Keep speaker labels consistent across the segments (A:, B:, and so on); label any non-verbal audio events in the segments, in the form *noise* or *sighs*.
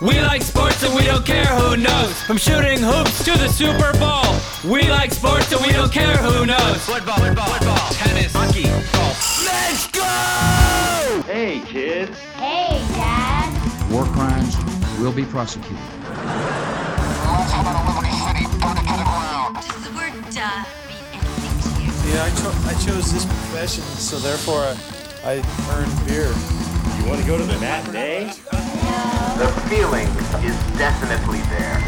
A: We like sports and we don't care who knows. From shooting hoops to the Super Bowl. We like sports and we don't care who knows. Football, football, football, tennis, hockey, golf. Let's go!
B: Hey, kids.
C: Hey, Dad.
D: War crimes will be prosecuted.
E: Does the word duh mean anything to you?
F: Yeah, I, cho- I chose this profession, so therefore uh, I, I earned beer.
B: You want to go to the matinee?
G: The feeling is definitely there.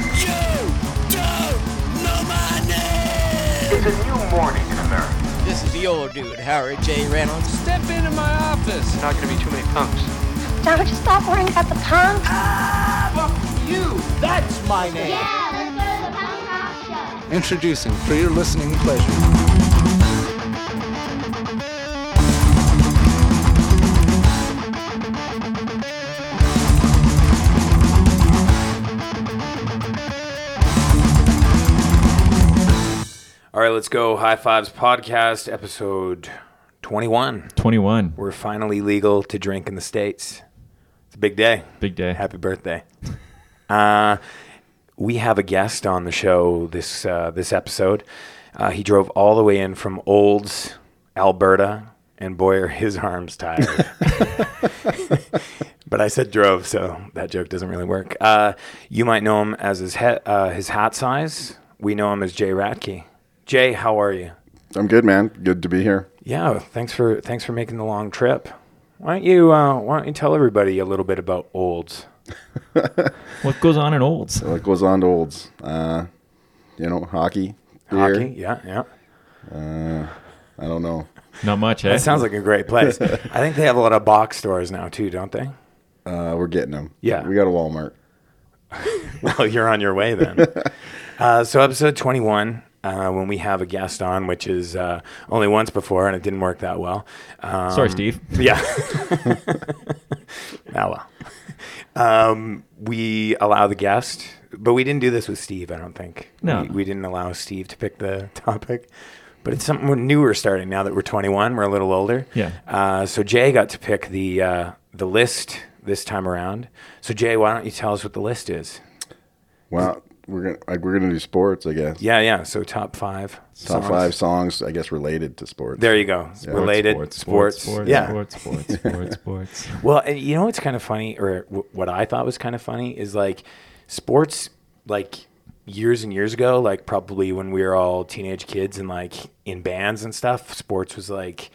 G: It's a new morning in America.
H: This is the old dude, Howard J. Reynolds. Step into my office.
G: Not gonna be too many pumps.
C: Now would you stop worrying about the pump?
H: That's my name.
C: Yeah, let's go to the pump rock show.
I: Introducing for your listening pleasure.
J: All right, let's go. High Fives Podcast, episode 21.
K: 21.
J: We're finally legal to drink in the States. It's a big day.
K: Big day.
J: Happy birthday. *laughs* uh, we have a guest on the show this, uh, this episode. Uh, he drove all the way in from Olds, Alberta, and boy, are his arms tired. *laughs* but I said drove, so that joke doesn't really work. Uh, you might know him as his, he- uh, his hat size. We know him as Jay Ratke. Jay, how are you?
L: I'm good, man. Good to be here.
J: Yeah, thanks for thanks for making the long trip. Why don't you uh, why don't you tell everybody a little bit about Olds?
K: What goes on in Olds?
L: What goes on to Olds? Uh, you know, hockey, beer.
J: Hockey, yeah, yeah.
L: I don't know.
K: Not much, eh?
J: That sounds like a great place.
L: *laughs*
J: I think they have a lot of box stores now too, don't they?
L: Uh, we're getting them.
J: Yeah. *laughs*
L: we got a Walmart.
J: Well, you're on your way
L: *laughs*
J: then. uh, so, episode 21, uh, when we have a guest on, which is uh, only once before, and it didn't work that well. Um,
K: Sorry, Steve.
J: Yeah. *laughs* ah, well. Um, we allow the guest, but we didn't do this with Steve, I don't think.
K: No.
J: We, we didn't allow Steve to pick the *laughs* topic. But it's something we're new we're starting now that we're 21. We're a little older.
K: Yeah.
J: Uh, so Jay got to pick the uh, the list this time around. So Jay, why don't you tell us what the list is?
L: Well, we're gonna like we're gonna do sports, I guess.
J: Yeah, yeah. So top five.
L: Top
J: songs.
L: five songs, I guess, related to sports.
J: There you go. Related
K: sports, sports,
J: sports.
K: sports,
J: yeah.
K: sports, *laughs* sports, sports, sports.
J: Well, and you know what's kind of funny, or w- what I thought was kind of funny, is like sports, like years and years ago, like probably when we were all teenage kids and like in bands and stuff, sports was like,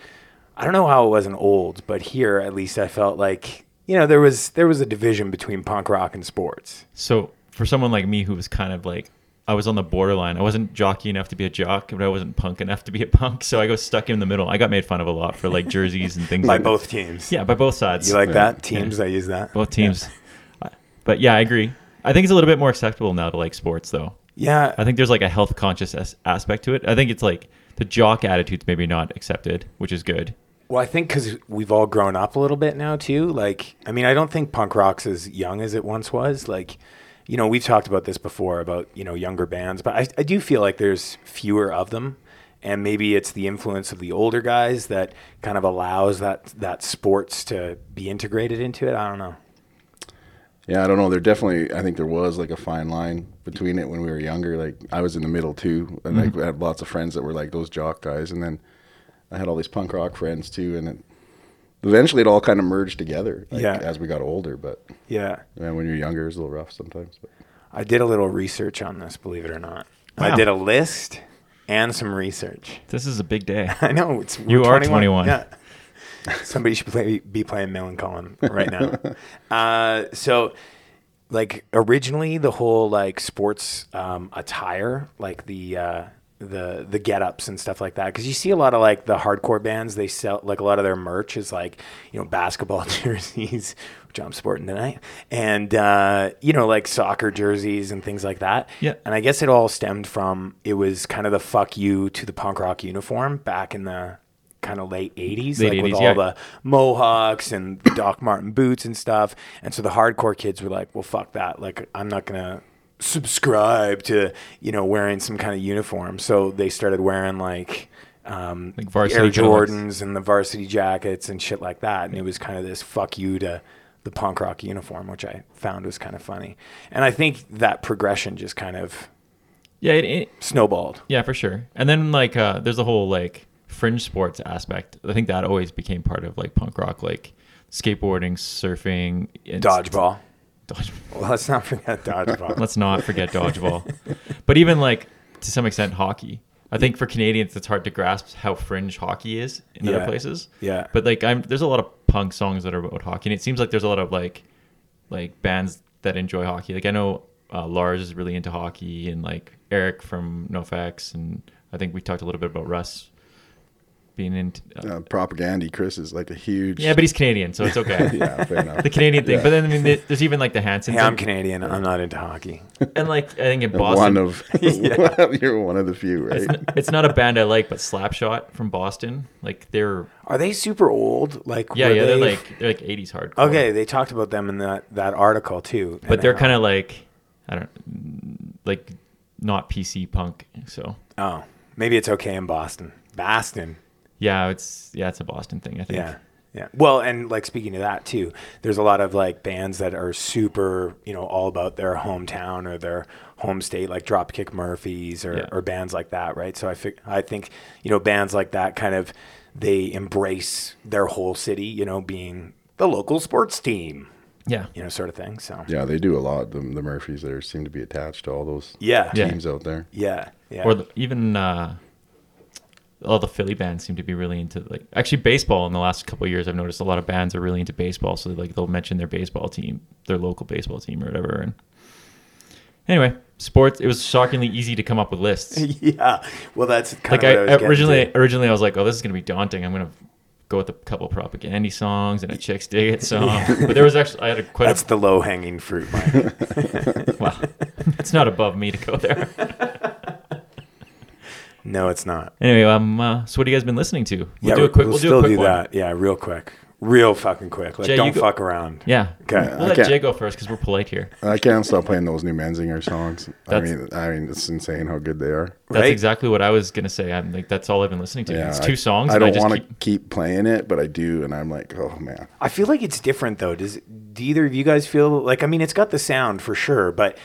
J: I don't know how it was in old, but here at least I felt like you know there was there was a division between punk rock and sports.
K: So, for someone like me who was kind of like, I was on the borderline. I wasn't jockey enough to be a jock, but I wasn't punk enough to be a punk. So I got stuck in the middle. I got made fun of a lot
J: *laughs*
K: for like jerseys and things
J: By
K: like
J: both teams,
K: Yeah, by both sides.
J: you like that teams? I use that.
K: both teams. I- But yeah, I agree. I think it's a little bit more acceptable now to like sports, though.
J: Yeah,
K: I think there's like a health conscious as- aspect to it. I think it's like the jock attitude's maybe not accepted, which is good.
J: Well, I think because we've all grown up a little bit now too. Like, I mean, I don't think punk rock's as young as it once was. Like, you know, we've talked about this before about you know younger bands, but I, I do feel like there's fewer of them, and maybe it's the influence of the older guys that kind of allows that that sports to be integrated into it. I don't know.
L: Yeah, I don't know. There definitely, I think there was like a fine line between it when we were younger. Like I was in the middle too, and like I had lots of friends that were like those jock guys, and then I had all these punk rock friends too, and it, eventually it all kind of merged together. Like,
J: Yeah.
L: as we got older, but
J: Yeah,
L: yeah, when you're younger, it's a little rough sometimes. But.
J: I did a little research on this, believe it or not. I
K: Wow.
J: did a list and some research.
K: This is a big day.
J: *laughs* I know it's
K: You
J: we're
K: are 21.
J: Yeah. Somebody should play, be playing Melancholy right
K: *laughs*
J: now. uh, so, like originally, the whole like sports um, attire, like the uh, the the get-ups and stuff like that, because you see a lot of like the hardcore bands. They sell like a lot of their merch is like you know basketball *laughs* jerseys, which I'm sporting tonight, and uh, you know like soccer jerseys and things like that.
K: Yeah.
J: and I guess it all stemmed from it was kind of the fuck you to the punk rock uniform back in the kind of late 80s
K: Late
J: like with
K: 80s,
J: all
K: yeah.
J: the mohawks and the Doc Martin boots and stuff. And so the hardcore kids were like, "Well, fuck that! Like, I'm not gonna subscribe to you know wearing some kind of uniform." So they started wearing like. Um,
K: Like varsity
J: Air
K: colours.
J: Jordans and the varsity jackets and shit like that, and it was kind of this "fuck you" to the punk rock uniform, which I found was kind of funny. And I think that progression just kind of
K: *laughs* yeah it, it
J: snowballed.
K: Yeah, for sure. And then like uh, there's the whole like fringe sports aspect. I think that always became part of like punk rock, like skateboarding, surfing, it's-
J: Dodgeball.
K: *laughs* Dodgeball.
J: Well, let's not forget dodgeball.
K: *laughs* Let's not forget dodgeball. but even like to some extent hockey. I think for Canadians it's hard to grasp how fringe hockey is in
J: Yeah.
K: other places.
J: Yeah.
K: But like I'm there's a lot of punk songs that are about hockey and it seems like there's a lot of like like bands that enjoy hockey. Like I know uh, Lars is really into hockey and like Eric from NoFX and I think we talked a little bit about Russ being into
L: Uh, propaganda. Chris is like a huge.
K: yeah, but he's Canadian, so it's okay.
L: *laughs* yeah, fair enough.
K: The Canadian thing,
L: Yeah.
K: but then I mean, there- there's even like the Hanson.
J: Hey,
K: *laughs*
J: I'm Canadian. I'm not into hockey.
K: And like I think in
L: And
K: Boston,
L: One of
K: *laughs*
L: *laughs*
K: Yeah.
L: you're one of the few, right?
K: It's, *laughs* n- it's not a band I like, but Slapshot from Boston, like they're
J: Are they super old? Like
K: yeah,
J: were
K: yeah, they're
J: they-
K: like they're like '80s hardcore.
J: Okay, they talked about them in that, that article too.
K: but they're kind of like I don't like not PC punk. So
J: oh, maybe it's okay in Boston. Boston.
K: yeah, it's yeah, it's a Boston thing. I think.
J: Yeah. Yeah. Well, and like speaking of that too, there's a lot of like bands that are super, you know, all about their hometown or their home state, like Dropkick Murphys or,
K: Yeah.
J: or bands like that, right? So I fig- I think you know bands like that kind of they embrace their whole city, you know, being the local sports team,
K: Yeah.
J: you know, sort of thing. So
L: Yeah, they do a lot. The, the Murphys there seem to be attached to all those
J: Yeah. Yeah.
L: teams out there. *laughs*
J: Yeah, yeah.
K: Or the, even uh, all the Philly bands seem to be really into like actually baseball. In the last couple of years, I've noticed a lot of bands are really into baseball. So like they'll mention their baseball team, their local baseball team, or whatever. And anyway, sports. It was shockingly easy to come up with lists.
J: *laughs* yeah. Well, that's kind
K: like
J: of what I was
K: I,
J: getting
K: originally,
J: to.
K: originally I was like, oh, this is gonna be daunting. I'm gonna go with a couple propaganda songs and a chicks dig it song. But there was actually I had a quite
J: That's
K: a,
J: the low hanging fruit, Mike.
L: *laughs*
K: well, *laughs* it's not above me to go there.
J: no, it's not.
K: Anyway, um, uh, so what have you guys been listening to? We'll do a
J: we-
K: quick.
J: we'll
K: We'll,
J: still
K: do a quick one.
J: that. Yeah, real quick, real fucking quick. Like,
K: Jay, you
J: don't
K: go-
J: fuck around.
K: Yeah.
J: Okay.
K: We'll let
L: Okay.
K: Jay go first because we're polite here.
L: I can't stop playing those new Menzinger songs. I
K: That's-
L: mean, I mean, it's insane how good they are.
K: That's exactly what I was gonna say. I'm like, that's all I've been listening to.
L: Yeah,
K: it's
L: I-
K: two songs.
L: I
K: and
L: don't
K: just
L: want to
K: keep-
L: keep... playing it, but I do, and I'm like, oh man.
J: I feel like it's different though. Does do either of you guys feel like? I mean, it's got the sound for sure, but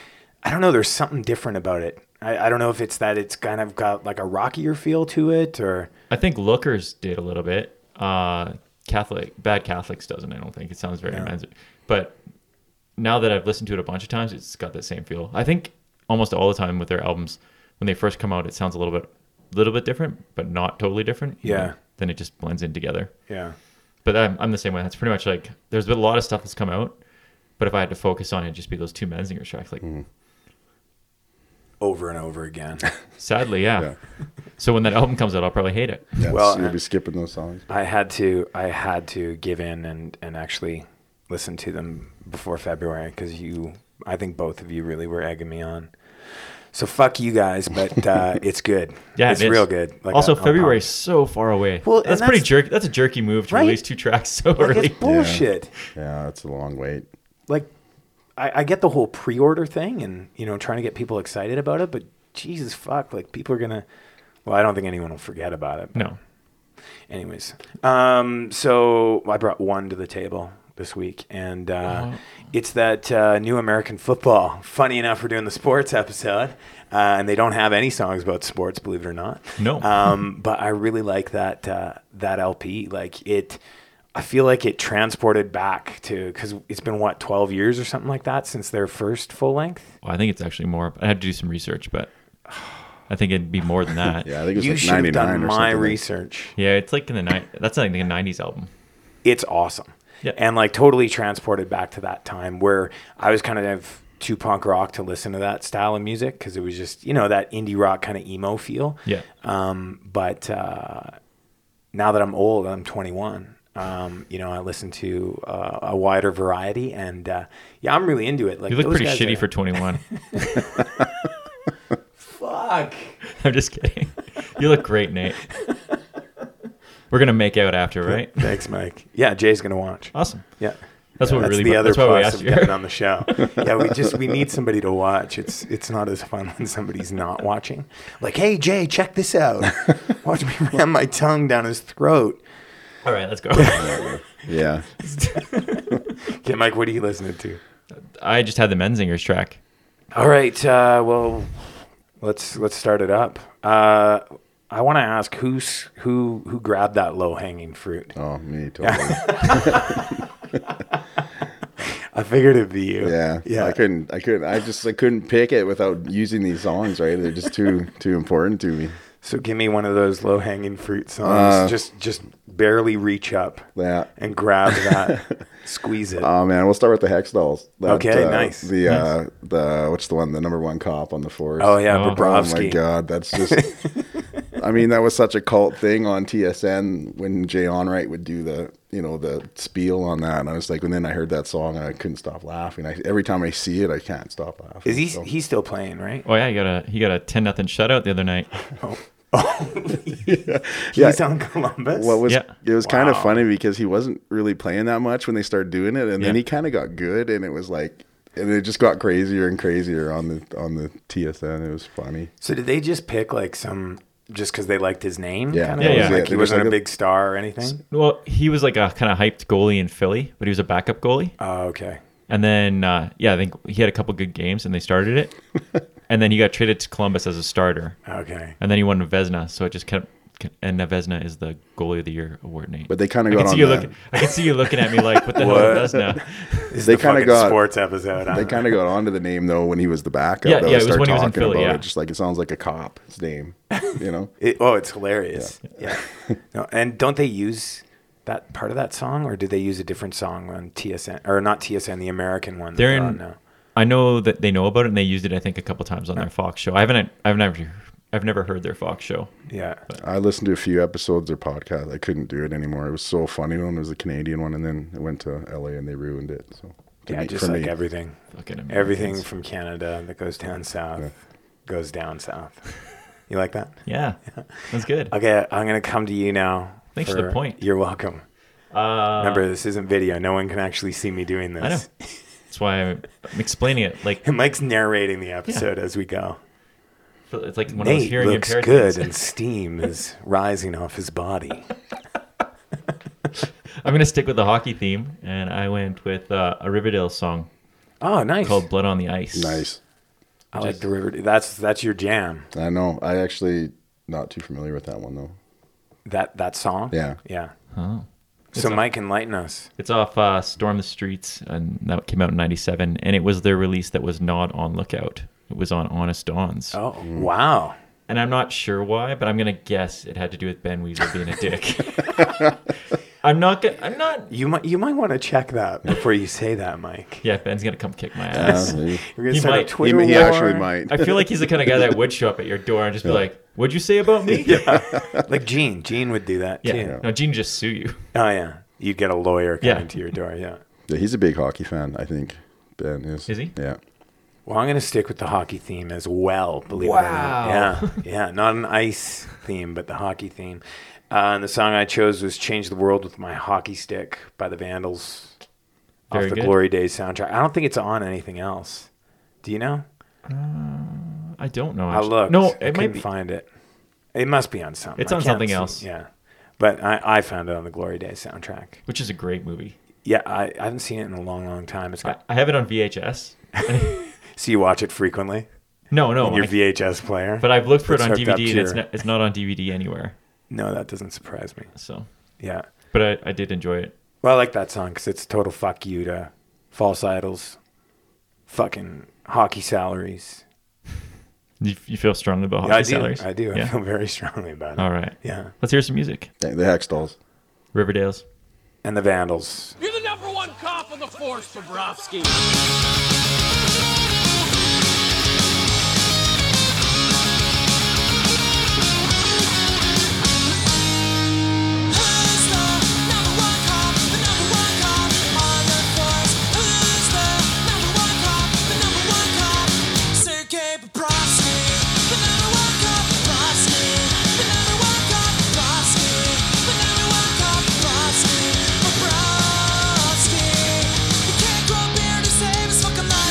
J: I don't know. There's something different about it. I, I don't know if it's that it's kind of got like a rockier feel to it, or
K: I think Lookers did a little bit. Uh, Catholic, bad Catholics doesn't. I don't think it sounds very
J: No.
K: romantic. But now that I've listened to it a bunch of times, it's got that same feel. I think almost all the time with their albums, when they first come out, it sounds a little bit, little bit different, but not totally different.
J: Yeah.
K: Then it just blends in together.
J: yeah,
K: But I'm, I'm the same way. That's pretty much like there's been a lot of stuff that's come out, but if I had to focus on it, it'd just be those two Menzinger tracks. Like,
J: Mm. over and over again.
K: sadly, yeah. So when that album comes out, I'll probably
J: *laughs*
K: hate it.
L: Yeah,
J: Well,
L: so you'll
J: I-
L: be skipping those songs.
J: I had to I had to give in and and actually listen to them before February because you I think both of you really were egging me on. So fuck you guys, but uh, it's good.
K: Yeah,
J: it's
K: it is.
J: real good. Like,
K: also,
J: I'm- I'm
K: February's so far away.
J: Well,
K: Well,
J: and
K: that's, pretty
J: that's-
K: jerk. That's a jerky move to
J: Right?
K: release two tracks so
J: pumped. like
K: early.
J: it's bullshit.
L: Yeah, it's a long wait.
J: Like I, I get the whole pre-order thing and you know trying to get people excited about it, but Jesus fuck, like people are gonna. Well, I don't think anyone will forget about it. but
K: *laughs* No,
J: Anyways, um, so I brought one to the table this week, and uh, it's that uh, new American football. Funny enough, we're doing the sports episode, uh, and they don't have any songs about sports, believe it or not.
K: No.
J: um, but I really like that uh, that LP. Like it, I feel like it transported back to because it's been what twelve years or something like that since their first full length.
K: well, I think it's actually more. I had to do some research, but *sighs* I think it'd be more
J: *sighs*
K: than that.
L: Yeah, I think it's
J: You
L: like
J: should have
L: 99
J: done
L: or
J: my
L: something. like- *laughs*
J: research.
K: yeah, it's like in the night. That's like the '90s album.
J: it's awesome.
K: Yeah.
J: And like totally transported back to that time where I was kind of too punk rock to listen to that style of music because it was just, you know, that indie rock kind of emo feel.
K: Yeah.
J: Um, but uh, now that I'm old, I'm 21. Um, you know, I listen to uh, a wider variety, and uh, yeah, I'm really into it. Like
K: You look
J: those
K: pretty
J: guys
K: shitty
J: are-
K: for 21.
J: fuck.
K: *laughs* I'm just kidding. You look
J: *laughs*
K: great, Nate. We're gonna make out after, right?
J: Thanks, Mike. Yeah, Jay's gonna watch.
K: Awesome.
J: Yeah.
K: That's what
J: that's
K: we really.
J: the other
K: that's why we
J: plus
K: asked
J: of
K: you.
J: getting on the
K: *laughs*
J: show. yeah, we just we need somebody to watch. It's it's not as fun when somebody's not watching. Like, hey Jay, check this
K: *laughs*
J: out. Watch me ram my *laughs* tongue down his throat.
K: All right, let's go.
L: Yeah,
J: Okay, Mike, what are you listening to?
K: I just had the Menzingers track.
J: All right. Uh, well, let's let's start it up. Uh, I want to ask who's who who grabbed that low hanging fruit.
L: Oh,
K: *laughs*
L: me totally.
J: I figured it'd be you.
L: Yeah, yeah. I couldn't. I couldn't. I just I couldn't pick it without using these songs. Right? They're
J: *laughs*
L: just too too important to me.
J: So give me one of those low hanging fruit songs.
L: Uh,
J: just just barely reach up
L: Yeah.
J: and grab
L: *laughs*
J: that, squeeze it.
L: Oh man, we'll start with the Hex Dolls.
J: Okay,
L: uh,
J: nice.
L: The uh, the what's the one? The number one cop on the force.
J: Oh, yeah, Oh.
L: Oh my
J: Bobrovsky.
L: god,
J: *laughs*
L: that's just. I mean, that was such a cult thing on TSN when Jay Onright would do the you know the spiel on that, and I was like, and then I heard that song and I couldn't stop laughing. I, every time I see it, I can't stop laughing.
J: Is he
L: So-
J: he's still playing, right?
K: Oh yeah, he got a he got a ten nothing shutout the other night.
J: He's on Columbus?
L: What was
J: Yeah.
L: it was kind of
J: Wow.
L: funny because he wasn't really playing that much when they started doing it, and then
K: Yeah.
L: he kind of got good, and it was like, and it just got crazier and crazier on the on the TSN. It was funny.
J: So did they just pick like some just because they liked his name?
L: Yeah,
J: kinda
L: that
J: thing?
L: was it.
J: Like
L: They
J: he
L: just
J: wasn't
L: like
J: a
L: a-
J: big star or anything.
K: Well, he was like a kind of hyped goalie in Philly, but he was a backup goalie.
J: Oh, okay.
K: And then uh, yeah, I think he had a couple good games, and they started it.
L: *laughs*
K: and then he got traded to Columbus as a starter.
J: Okay.
K: And then he won Vesna, so it just kept. And Vesna is the goalie of the year award, Nate.
L: But they kinda
K: I
L: got
K: can
L: on
K: see you
L: the-
K: looking. I can see you looking at me like, what the hell
L: *laughs*
K: is Vesna?
L: they kind of got
J: sports episode.
L: They kind of got onto the name though when he was the backup.
K: Yeah,
L: though.
K: yeah,
L: They
K: it was
L: started
K: when he was in
L: talking
K: Philly,
L: about
K: yeah.
L: it, Just like it sounds like a
K: *laughs*
L: cop's name, you know.
J: It, oh, it's hilarious. Yeah. no, and don't they use that part of that song, or did they use a different song on TSN or not TSN, the American one? that
K: They're in.
J: on now?
K: I know that they know about it, and they used it. I think a couple times on their Fox show. I haven't. I've never. I've never heard their Fox show.
J: Yeah.
L: I listened to a few episodes or podcast. I couldn't do it anymore. It was so funny when it was a Canadian one, and then it went to LA and they ruined it. So to
J: Yeah,
L: me-
J: just
L: for
J: like
L: me.
J: everything.
K: Fucking Americans.
J: Everything from Canada that goes down south goes down south. You like that?
L: *laughs*
K: Yeah, that's good.
J: Okay, I'm gonna come to you now.
K: Thanks for the point.
J: You're welcome.
K: Uh,
J: Remember, this isn't video. No one can actually see me doing this.
K: I know. That's why I'm, I'm explaining it. Like
J: And *laughs* Mike's narrating the episode as we go.
K: it's like when I was
J: Nate
K: hearing
J: looks
K: impaired
J: good,
K: things.
J: and steam is rising off his body.
K: *laughs* I'm gonna stick with the hockey theme, and I went with uh, a Riverdale song.
J: Oh, nice.
K: Called "Blood on the Ice."
L: Nice.
J: I like the river. That's that's your jam.
L: I know. I actually not too familiar with that one though.
K: *laughs*
J: That that song.
L: Yeah.
J: Yeah.
K: Oh.
J: So Mike, enlighten us.
K: It's off uh, "Storm the Streets," and that came out in '97, and it was their release that was not on Lookout. It was on Honest Don's.
J: Oh,
L: Mm.
J: wow.
K: And I'm not sure why, but I'm gonna guess it had to do with Ben Weasel being
J: *laughs*
K: a dick. I'm not gonna. I'm not.
J: You might you might want to check that before you say that, *laughs* Mike.
K: Yeah, Ben's gonna come kick my
L: Yeah,
J: Um,
K: ass.
L: maybe.
J: We're gonna
K: He
J: start a
K: might.
J: Twitter
L: He- he
J: war.
L: actually might.
K: I feel like he's the kind of guy that would show up at your door and just be like, "What'd you say
J: *laughs*
K: about me?" Yeah.
J: like Gene. Gene would do that
K: yeah.
J: too.
K: No, Gene just sue you.
J: Oh yeah. You'd get a lawyer
K: Yeah.
J: coming to your door. Yeah.
L: Yeah, he's a big hockey fan. I think Ben is.
K: Is he?
L: Yeah.
J: Well, I'm gonna stick with the hockey theme as well. Believe it or *laughs*
K: Wow.
J: not. Yeah. Yeah. Not an ice theme, but the hockey theme. Uh, and the song I chose was "Change the World with My Hockey Stick" by the Vandals.
K: Very
J: off the
K: good.
J: Glory Days soundtrack. I don't think it's on anything else. Do you know?
K: I don't know.
J: I
K: actually.
J: looked.
K: No,
J: I
K: it might
J: couldn't
K: be.
J: find it. It must be on something.
K: It's
J: I
K: on
J: can't
K: something
J: see-
K: else.
J: Yeah, but I, I found it on the Glory Days soundtrack.
K: Which is a great movie.
J: Yeah, I, I haven't seen it in a long, long time. It's got.
K: I have it on VHS.
J: so you watch it frequently?
K: No, no.
J: In your
K: I-
J: VHS player.
K: Oh But I've looked for it
J: It's
K: on
J: hooked up
K: DVD,
J: to
K: and it's
J: your-
K: not, it's not on DVD anywhere.
J: No, that doesn't surprise me.
K: So,
J: Yeah.
K: but I, I did enjoy it.
J: Well, I like that song because it's a total fuck you to false idols, fucking hockey salaries.
K: You, you feel strongly about hockey
J: yeah, I do.
K: salaries?
J: I do. I
K: Yeah.
J: feel *laughs* very strongly about it.
K: All right.
J: Yeah.
K: Let's hear some music.
L: The the Hex Dolls.
K: Riverdale's.
J: And the Vandals.
A: You're the number one cop on the force, Bobrovsky.
M: Can't grow a beard to save his fucking life.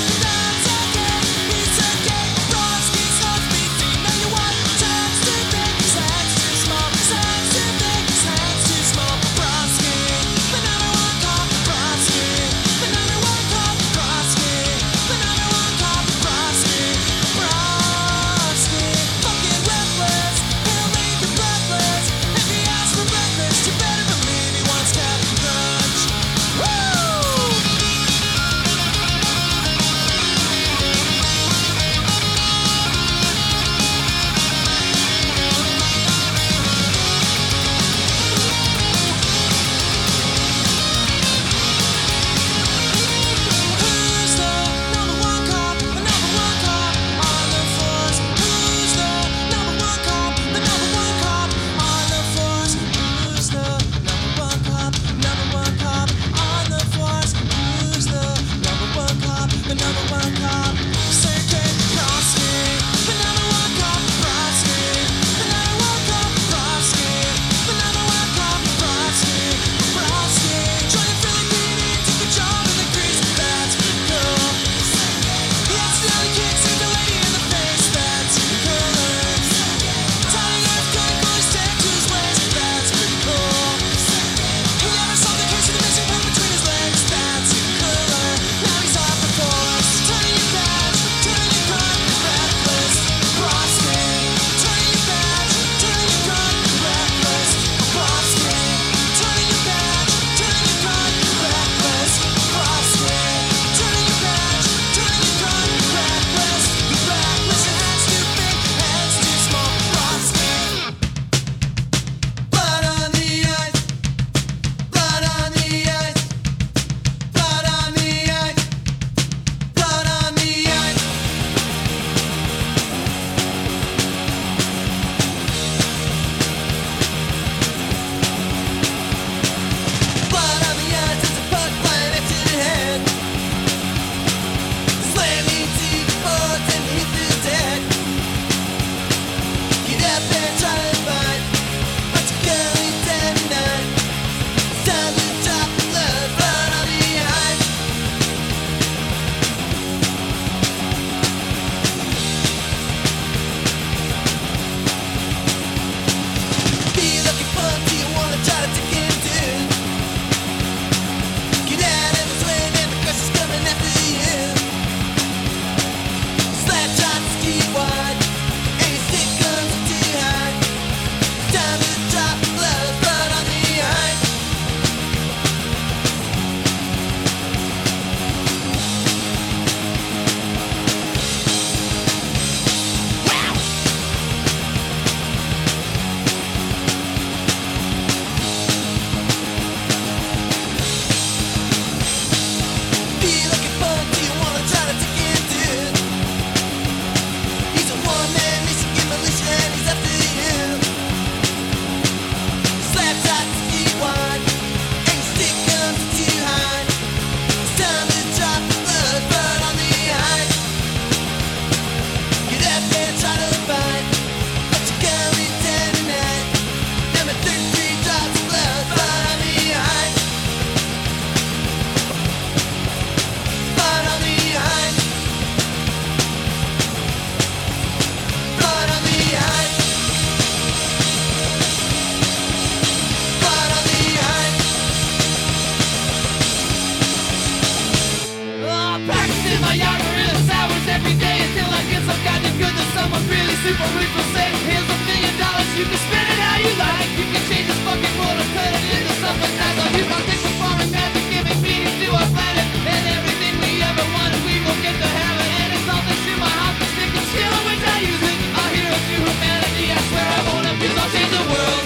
M: Uh, super rich for sex. Here's a million dollars, you can spend it how you like. You can change this fucking world and turn it into something nice. Or you can take some foreign magic, giving meaning to our planet. And everything we ever wanted, we will get to have it. And it's all this in my house, this thing is still which I use it. I'll hero to humanity, I swear I won't abuse, I'll change the world.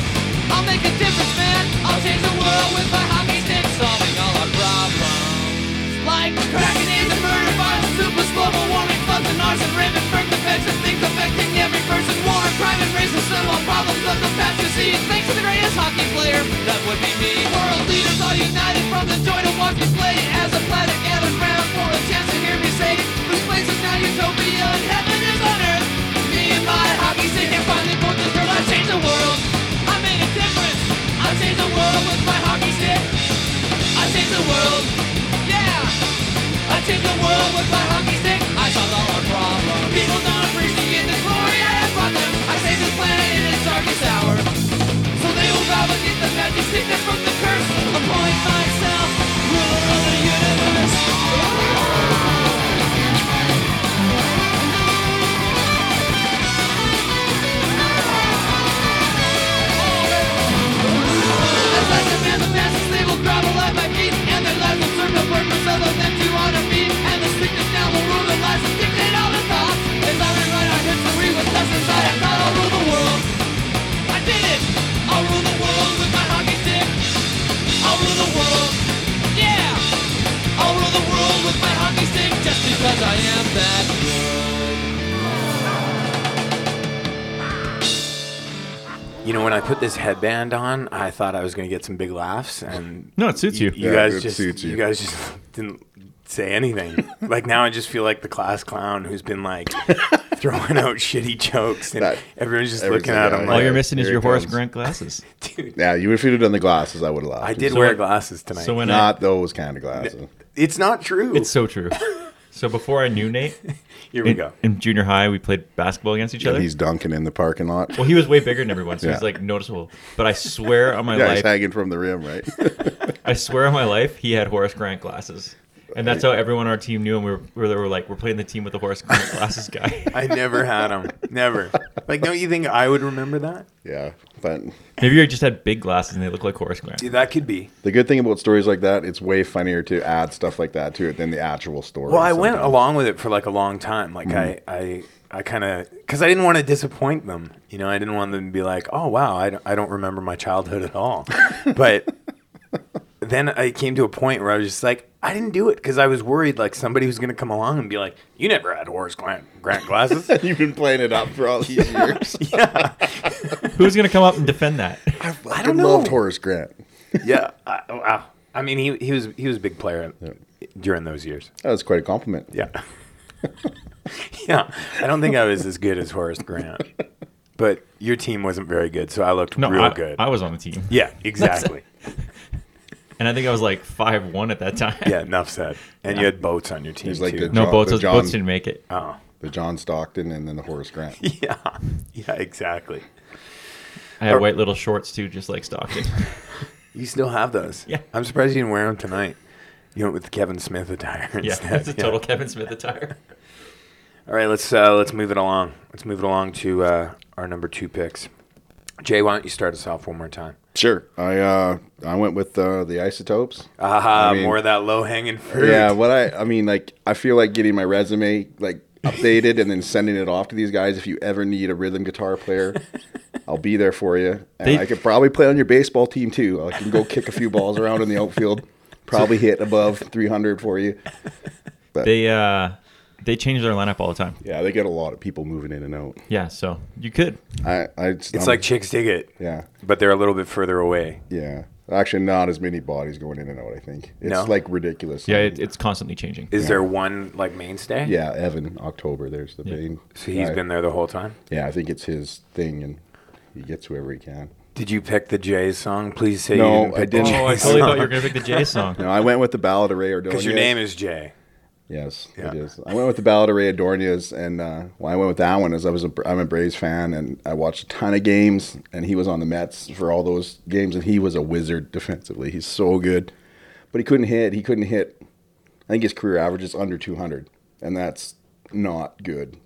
M: I'll make a difference, man. I'll change the world with my hockey stick, solving all our problems. Like cracking into murder violence, super global warming, floods and arson, rampant birth defects, things affecting every person. War, crime, and racism, all problems of the past you see. Thanks to the greatest hockey player, that would be me. World leaders all united from the joy to watch me play as a planet gathers round for a chance to hear me say, this place is now utopia and heaven is on earth. Me and my hockey stick and finally broke the thrill. I changed the world. I made a difference. I changed the world with my hockey stick. I changed the world. Yeah. I changed the world with my hockey stick. I solved all our problems. People don't appreciate the glory I have brought them. I saved this planet in its darkest hour. So they will propagate the magic stick that's from the curse. Appoint myself ruler of the universe. As I demand the masses, they will grovel at my feet, and their lives will serve no purpose other than to honor me. And the sickness now will rule the lives and dictate all the thoughts. As I rewrite our history with lessons I have not, I'll rule the world. I did it. I'll rule the world with my hockey stick. I'll rule the world. Yeah. I'll rule the world with my hockey stick, just because I am that.
J: You know, when I put this headband on, I thought I was going to get some big laughs, and
K: No, it suits you.
J: You
K: Yeah,
J: guys
K: it
J: just
K: suits
J: you.
K: you.
J: guys just *laughs* didn't say
K: *laughs*
J: anything. like now, I just feel like the class clown who's been like throwing out shitty jokes, and everyone's just
L: everyone's
J: looking at
L: like,
J: him.
L: "Oh,
J: like,
L: All you're missing is
J: "Here
L: your
J: it
L: Horace
J: comes."
K: Grant glasses.
L: Yeah, you if you'd have done the glasses, I would have laughed.
J: I did wear glasses *laughs* tonight.
K: So when I-
L: not those kind of glasses.
J: It's not true.
K: It's so true. So before I knew Nate,
J: *laughs* Here we
K: in,
J: go.
K: In junior high, we played basketball against each
L: And
K: other.
L: he's dunking in the parking lot.
K: well, he was way bigger than everyone, so
L: *laughs* Yeah.
K: he's like noticeable. But I swear on my
L: yeah,
K: life,
L: he's hanging from the rim, right?
J: *laughs*
K: I swear on my life, he had Horace Grant glasses. And that's how everyone on our team knew him. We were, we were, they were like, we're playing the team with the Horace Grant glasses guy.
J: *laughs* I never had them. Never. Like, don't you think I would remember that?
L: yeah, but
K: Maybe you just had big glasses and they look like Horace Grant.
J: Dude, that could be.
L: the good thing about stories like that, it's way funnier to add stuff like that to it than the actual story.
J: Well, I went
L: sometimes.
J: along with it for like a long time. Like
L: Mhm.
J: I, I, I kind of because I didn't want to disappoint them. You know, I didn't want them to be like, "Oh wow, I don't, I don't remember my childhood at all." but then I came to a point where I was just like, I didn't do it because I was worried like somebody was going to come along and be like, "You never had Horace Grant, Grant
L: *laughs*
J: glasses."
L: You've been playing it up for all
J: *laughs*
L: these years.
K: Who's going to come up and defend
J: *laughs*
K: that?
L: I,
J: I don't
L: loved
J: know.
L: Horace Grant.
J: yeah, I, I, I mean, he he was he was a big player during those years.
L: That was quite a compliment.
J: Yeah. *laughs* yeah, I don't think I was as good as Horace Grant, but your team wasn't very good, so I looked
K: No,
J: real
K: I,
J: good.
K: I was on the team.
J: Yeah, exactly.
K: and I think I was like five one at that time.
J: Yeah, enough said. And you had boats on your team
L: He's like
J: too.
L: the
K: No,
L: John,
K: boats-
L: the
K: boats
L: John-
K: didn't make it.
J: Oh,
L: the John Stockton and then the Horace Grant.
J: *laughs* yeah, yeah, exactly.
K: I had white little shorts too, just like
J: *laughs*
K: Stockton.
J: You still have those? Yeah. I'm surprised you didn't wear them tonight. You went with the Kevin Smith attire
K: yeah,
J: instead.
K: it's a total Kevin Smith attire.
J: All right, let's uh, let's move it along. Let's move it along to uh, our number two picks. Jay, why don't you start us off one more time?
L: Sure. I uh, I went with uh, the isotopes.
J: Ah,
L: I mean-
J: more of that low hanging fruit.
L: Yeah, what I I mean, like I feel like getting my resume like updated and then sending it off to these guys. If you ever need a rhythm guitar player, I'll be there for you. And
K: They-
L: I could probably play on your baseball team too. I can go kick a few balls around in the outfield. Probably hit above 300 for you.
K: They uh, they change their lineup all the time.
L: Yeah, they get a lot of people moving in and out.
K: Yeah, so you could.
L: I, I
J: It's like chicks dig it.
L: Yeah.
J: But they're a little bit further away.
L: Yeah, actually, not as many bodies going in and out. I think it's
J: No?
L: like ridiculous.
K: Yeah, it, it's constantly changing.
J: Is
L: Yeah.
J: there one like mainstay?
L: Yeah, Evan October. There's the main.
J: So he's
L: guy.
J: been there the whole time.
L: Yeah, I think it's his thing, and he gets whoever he can.
J: Did you pick the Jays song? Please say you
L: no,
J: didn't pick
L: I didn't.
J: The
K: Oh,
J: Jays song. *laughs*
L: no, I went with the Ballad of Ray Ordonez.
J: Because your name is Jay.
L: Yes, it is. I went with the Ballad of Ray Ordonez, and uh, why I went with that one is I was a, I'm a Braves fan, and I watched a ton of games, and he was on the Mets for all those games, and he was a wizard defensively. He's so good, but he couldn't hit. He couldn't hit. I think his career average is under 200, and that's not good.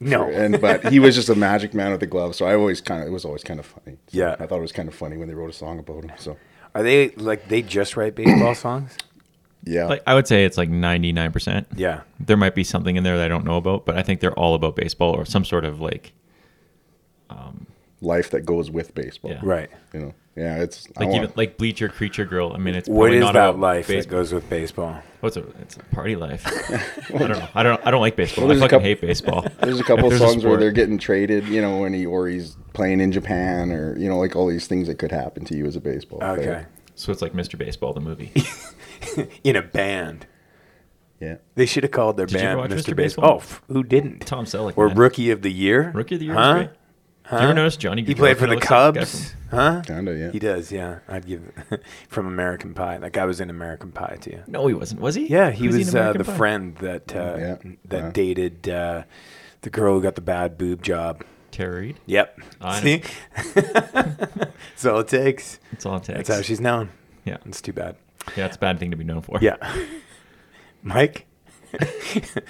J: No.
L: For- and but he was just a magic man with the glove, so I always kind of it was always kind of funny. So
J: Yeah.
L: I thought it was kind of funny when they wrote a song about him. So
J: Are they like they just write baseball songs?
L: yeah,
K: Like I would say it's like 99%.
J: Yeah.
K: There might be something in there that I don't know about, but I think they're all about baseball or some sort of like um
L: life that goes with baseball,
K: Yeah. Right.
L: You know, yeah, it's I
K: like
L: want-
K: even like Bleacher Creature Girl. I mean, it's
J: What
K: probably
J: is
K: not
J: that
K: about
J: life that
K: baseball.
J: goes with baseball?
K: What's a it's a party life.
J: *laughs*
K: I don't know. I don't I don't like baseball. I
L: there's a
K: fucking
L: couple-
K: hate baseball.
L: There's a couple
K: If there's
L: songs where
K: sport-
L: they're getting traded, you know, when he or he's playing in Japan or you know, like all these things that could happen to you as a baseball player.
K: So it's like Mr. Baseball
J: *laughs*
K: the movie.
J: In a band.
L: Yeah.
J: They should have called their
K: Did you
J: band
K: watch
J: Mr. Baseball.
K: Mr. Baseball?
J: Oh, f- who didn't?
K: Tom Selleck.
J: Or
K: man.
J: Rookie of the Year?
K: Rookie of the Year was
J: Huh?
K: great.
J: Huh?
K: You ever notice Johnny
J: He
K: Gaudreau
J: played for the
K: looks like the guy
J: Cubs, huh?
L: Kinda, yeah.
J: He does, yeah. I'd give *laughs* from American Pie. That guy was in American Pie too.
K: No, he wasn't. Was he?
J: Yeah, he
K: Was he
J: was
K: in
J: uh,
K: American
J: the
K: Pie?
J: friend that uh,
L: Yeah,
J: that
L: yeah.
J: dated uh, the girl who got the bad boob job.
K: Tara Reid?
J: Yep.
K: I know.
J: See, *laughs* that's all it takes.
K: That's all it takes.
J: That's how she's known.
K: Yeah.
J: it's too bad.
K: Yeah, it's a bad thing to be known for.
J: Yeah, *laughs* Mike. *laughs*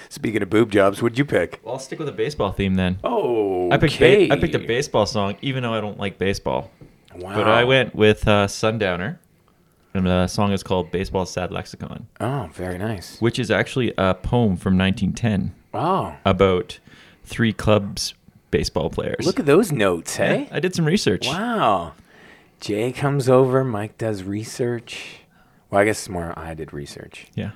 J: Speaking of boob jobs, what'd you pick?
K: Well, I'll stick with the baseball theme then.
J: Oh,
K: I picked ba- I picked a baseball song, even though I don't like baseball. But I
J: Wow.
K: went with uh, Sundowner, and the song is called "Baseball's Sad Lexicon,"
J: Oh, very nice.
K: which is actually a poem from 1910
J: Oh,
K: about three clubs baseball players.
J: look at those notes, hey?
K: Yeah, I did some research.
J: Wow. Jay comes over, Mike does research. Well, I guess it's more I did research.
K: Yeah.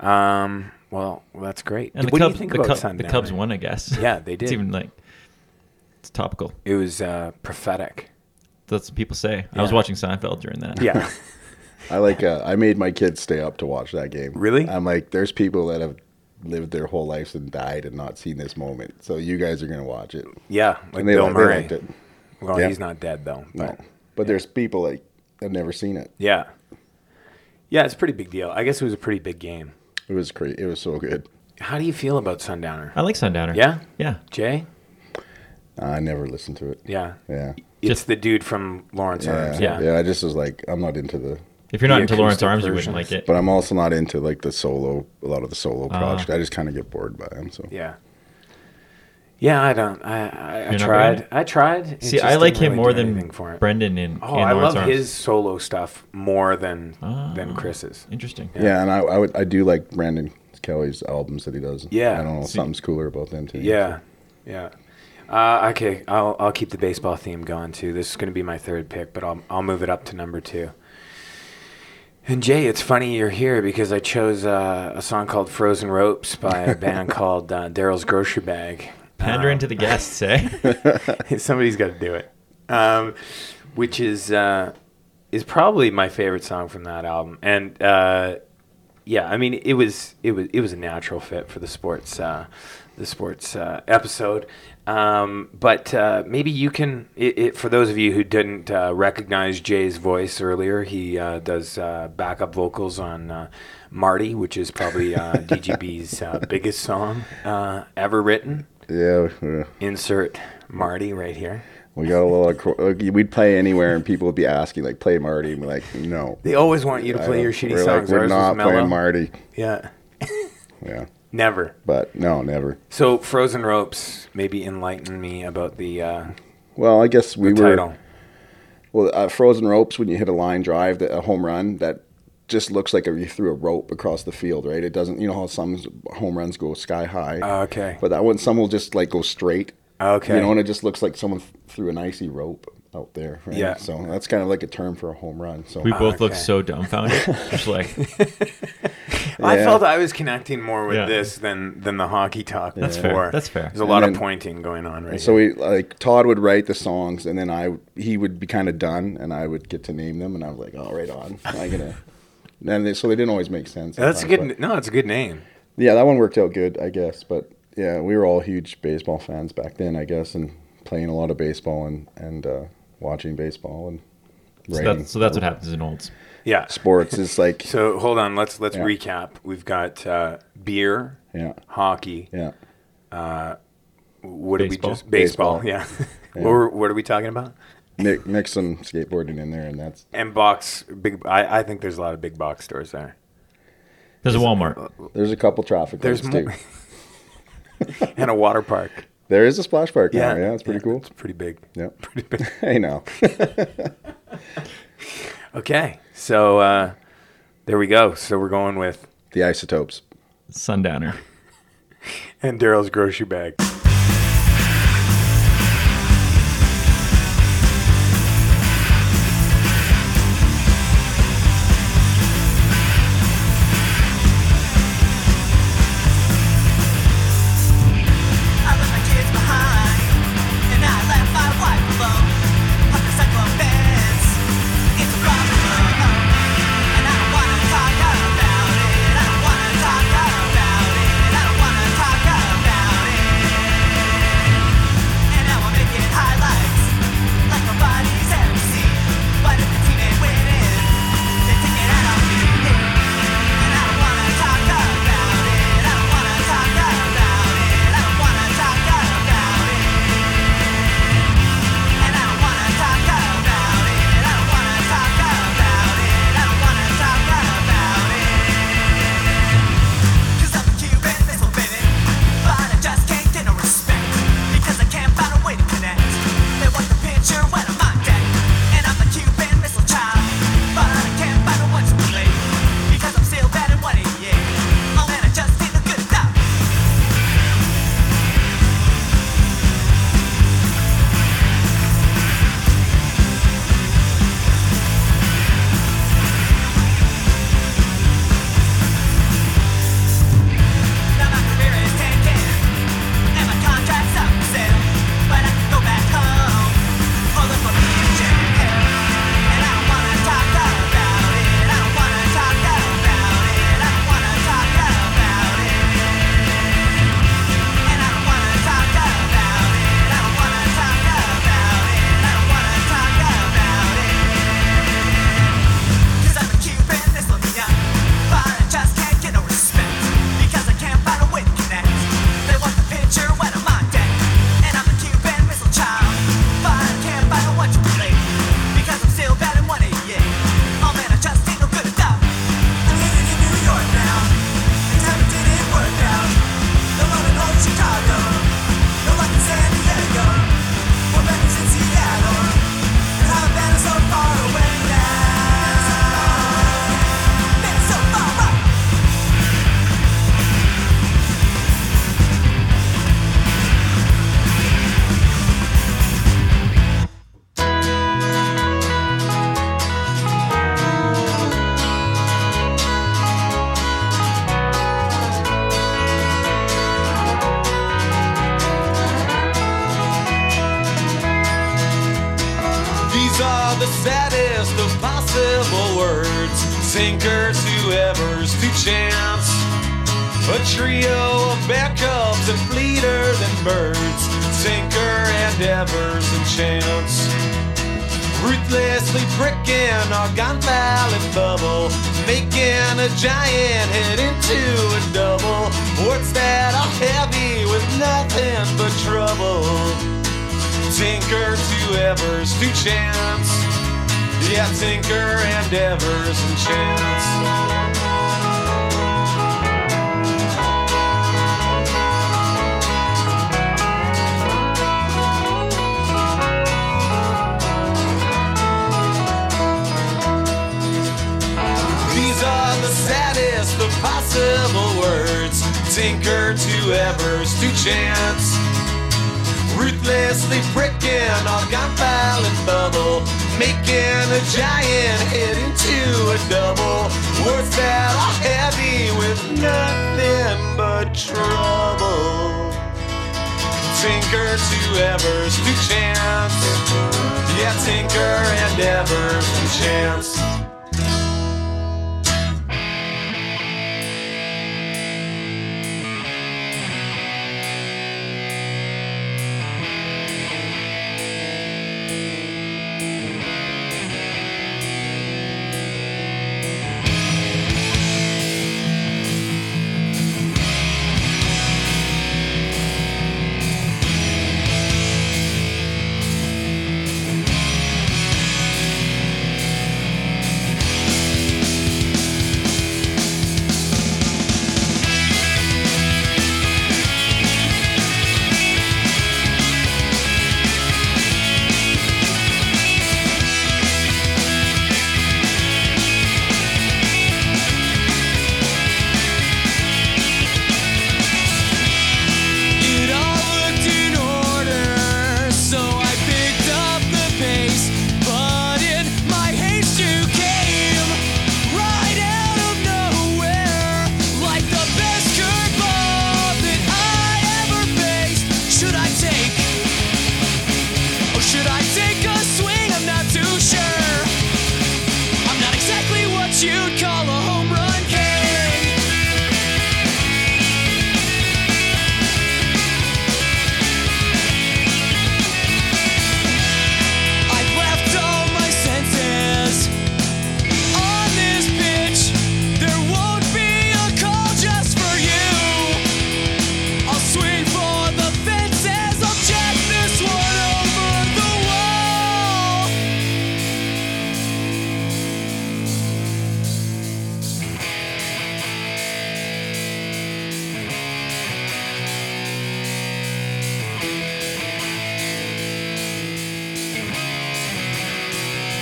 J: Um, well, well, that's great.
K: And the
J: what do
K: Cubs,
J: you think
K: the,
J: about
K: Cub- the
J: Sundowner?
K: Cubs won, I guess.
J: Yeah, they did.
K: It's even like it's topical.
J: It was uh,
K: *laughs*
J: prophetic.
K: That's what people say. I was
J: Yeah.
K: watching Seinfeld during that.
J: Yeah.
L: I like uh, I made my kids stay up to watch that game.
J: Really?
L: I'm like, there's people that have lived their whole lives and died and not seen this moment. So you guys are gonna watch it.
J: Yeah,
L: And
J: like
L: they
J: Bill
L: li- they
J: Murray.
L: liked it.
J: Well,
L: Yeah.
J: he's not dead though.
L: No.
J: But
L: But there's people like that never seen it.
J: yeah, yeah, it's a pretty big deal. I guess it was a pretty big game.
L: It was great. It was so good.
J: How do you feel about Sundowner?
K: I like Sundowner.
J: Yeah,
K: Yeah.
J: Jay.
L: I never listened to it.
J: Yeah,
L: Yeah.
J: it's the dude from Lawrence
L: Yeah.
J: Arms.
L: yeah. I just was like, I'm not into the
K: If you're not
J: The
K: into Lawrence
J: acoustic
K: Arms, you wouldn't
J: versions.
K: like it.
L: but I'm also not into like the solo a lot of the solo
K: Ah.
L: project. I just kinda get bored by them. So
J: Yeah. Yeah, I don't. I I, I
K: You're not
J: tried.
K: buying
J: I tried. It
K: See,
J: just
K: I like
J: didn't
K: him
J: really
K: more
J: do
K: than
J: anything for it.
K: Brendan in.
J: Oh,
K: in
J: I
K: Lawrence
J: love
K: Arms.
J: his solo stuff more than than
K: Ah.
J: Chris's.
K: Interesting.
L: Yeah, and I, I would I do like Brandon Kelly's albums that he does.
J: Yeah.
L: I don't know,
K: See-
L: something's cooler about them too.
J: Yeah, yeah. Uh, okay, I'll I'll keep the baseball theme going too. This is going to be my third pick, but I'll I'll move it up to number two. And Jay, it's funny you're here because I chose uh, a song called "Frozen Ropes" by a
K: *laughs*
J: band called uh, Daryl's Grocery Bag.
K: Pandering to the
J: *laughs*
K: guests, eh?
J: Somebody's got to do it. Um, which is uh, is probably my favorite song from that album, and uh, yeah, I mean it was it was it was a natural fit for the sports uh, the sports uh, episode. Um, but uh, maybe you can it, it, for those of you who didn't uh, recognize Jay's voice earlier, he uh, does uh, backup vocals on uh, Marty, which is probably uh, DGB's uh, biggest song uh, ever written.
L: Yeah. yeah.
J: Insert Marty right here.
L: We got a little. acro- like, We'd play anywhere, and people would be asking, like, "Play Marty," and we're like, "No."
J: They always want you to
L: I
J: play
L: don't-
J: your shitty
L: we're
J: songs.
L: Like,
J: Ours was
L: we're not
J: mellow.
L: playing Marty.
J: Yeah,
L: Yeah,
J: never.
L: but no, never.
J: So Frozen Ropes maybe enlighten me about the uh,
L: Well, I guess we
J: the
L: were.
J: title.
L: Well, uh, frozen ropes when you hit a line drive, that a home run that just looks like you threw a rope across the field, right? It doesn't. You know how some home runs go sky high.
J: Oh, okay.
L: But that one, some will just like go straight.
J: Okay.
L: You know, and it just looks like someone threw an icy rope out there. Right?
J: Yeah.
L: So that's kind of like a term for a home run. So
K: We both look
J: okay.
K: so
L: *laughs*
K: dumbfounded. Just like
J: I
L: Yeah.
J: felt I was connecting more with
K: Yeah.
J: this than than the hockey talk
K: That's fair.
J: before.
K: That's fair.
J: There's a lot
L: And
J: of
L: then-
J: pointing going on right
L: And so we like Todd would write the songs, and then I would- he would be kind of done, and I would get to name them, and I was like, "All right, on."
J: *laughs*
L: I gonna. And they, so they didn't always make sense.
J: here. That's a
L: sometimes,
J: good. No, it's a good name.
L: but- yeah, that one worked out good, I guess. But yeah, we were all huge baseball fans back then, I guess, and playing a lot of baseball and and uh, watching baseball and
K: so,
L: writing
K: that, so that's what happens in olds.
J: Yeah.
L: sports. It's
K: *laughs*
L: like
J: So hold on. Let's let's
L: Yeah.
J: recap. We've got uh, beer,
L: yeah,
J: hockey.
L: yeah.
J: What did we
K: Baseball.
J: just baseball?
L: Baseball.
J: Yeah. *laughs* what, were, what are we talking about?
L: Nick, mix some skateboarding in there, and that's
J: And box big. I, I think there's a lot of big box stores there.
K: There's a Walmart.
L: there's a couple traffic
J: There's
L: lights
J: more.
L: too.
J: and a water park.
L: There is a splash park now.
J: Yeah.
L: Oh, Yeah, it's pretty cool. It's
J: pretty big. *laughs*
L: Yeah, pretty big. *laughs* I know.
J: Okay, so uh, there we go. So we're going with
L: the isotopes, *laughs*
K: Sundowner,
J: and Daryl's grocery bag.
M: Oh, Oh, These are the saddest of possible words. Sinkers, whoever's to chance. A trio of backups and fleeter than birds. Sinker and evers and chance. Ruthlessly pricking our gun valid bubble. Making a giant head into a double. Words that are heavy with nothing but trouble. Tinker to Evers to Chance. Yeah, Tinker and Evers and Chance. These are the saddest of possible words. Tinker to Evers to Chance. Ruthlessly pricking our gunpowder bubble, making a giant head into a double. Words that are heavy with nothing but trouble. Tinker to Evers to chance. Yeah, Tinker and Evers to chance.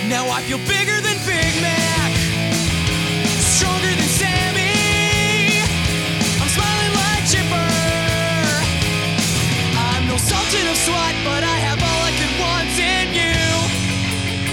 M: Now I feel bigger than Big Mac, stronger than Sammy. I'm smiling like Chipper. I'm no sultan of SWAT, but I have all I could want in you.